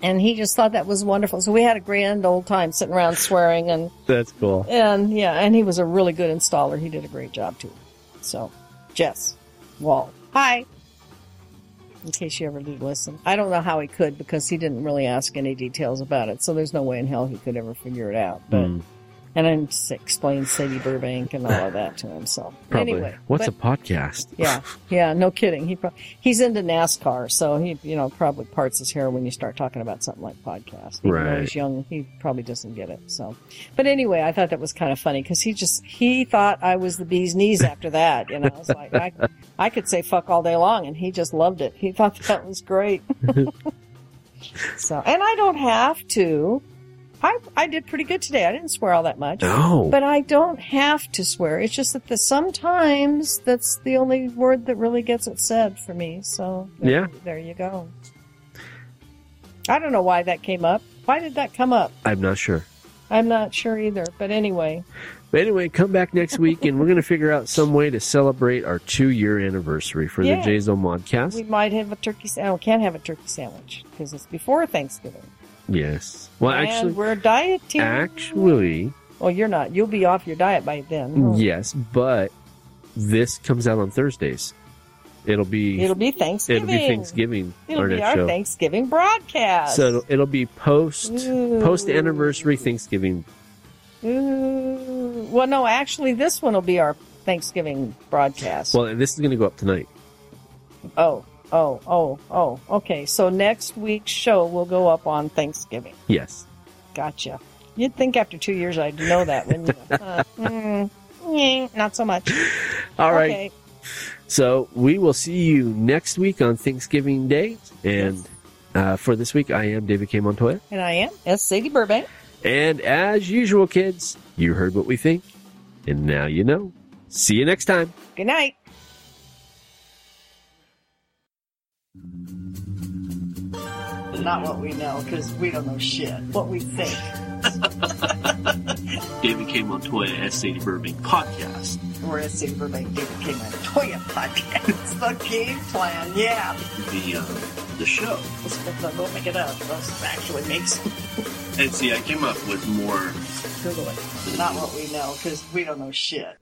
And he just thought that was wonderful. So we had a grand old time sitting around swearing and
That's cool.
and yeah, and he was a really good installer. He did a great job too. So, Jess Wall, hi. In case you ever did listen, I don't know how he could because he didn't really ask any details about it. So there's no way in hell he could ever figure it out. But
Mm.
And I'm s- explain Sadie Burbank and all of that to him. So
Probably.
anyway,
What's
but-
a podcast?
yeah, yeah, no kidding. He pro- he's into NASCAR, so he you know probably parts his hair when you start talking about something like podcast. Even though
Right.
He's young. He probably doesn't get it. So, but anyway, I thought that was kind of funny because he just he thought I was the bee's knees after that. You know, it's like I I could say fuck all day long, and he just loved it. He thought that was
<laughs>
great. so, and I don't have to. I I did pretty good today. I didn't swear all that much.
No.
But I don't have to swear. It's just that the sometimes that's the only word that really gets it said for me. So there-
Yeah.
there you go. I don't know why that came up. Why did that come up?
<laughs> I'm not sure.
I'm not sure either. But anyway,
But anyway, come back next week and we're going to figure out some way to celebrate our two year anniversary for
Yeah.
the Jazo Modcast.
we might have a turkey. sa- Oh, can't have a turkey sandwich because it's before Thanksgiving.
yes. Well,
and
actually,
we're dieting.
actually,
well, you're not. You'll be off your diet by then. huh?
yes, but this comes out on Thursdays. It'll be
It'll be Thanksgiving.
Thanksgiving
It'll
our
be
next
our
show.
Thanksgiving broadcast.
So it'll, it'll be post
Ooh.
post anniversary Thanksgiving.
Ooh. Mm, Well, no, actually, this one will be our Thanksgiving broadcast.
Well, and this is going to go up tonight.
oh, oh, oh, oh. Okay, so next week's show will go up on Thanksgiving.
Yes.
Gotcha. You'd think after two years I'd know that, wouldn't
<laughs>
you? Uh, mm, mm, not so much.
All right.
Okay.
So we will see you next week on Thanksgiving Day. And uh, for this week, I am David K. Montoya.
And I am S. Sadie Burbank.
And as usual, kids, you heard what we think, and now you know. See you next time.
Good night.
Not what we know, because we don't know shit.
What we think.
David K. Montoya, S. Sadie Burbank podcast.
We're a super big David K. Montoya podcast. It's the game plan, yeah.
The uh, the show.
Don't make it up. Let's actually make some.
And see, I came up with more
Google it. Not what we know, because we don't know shit.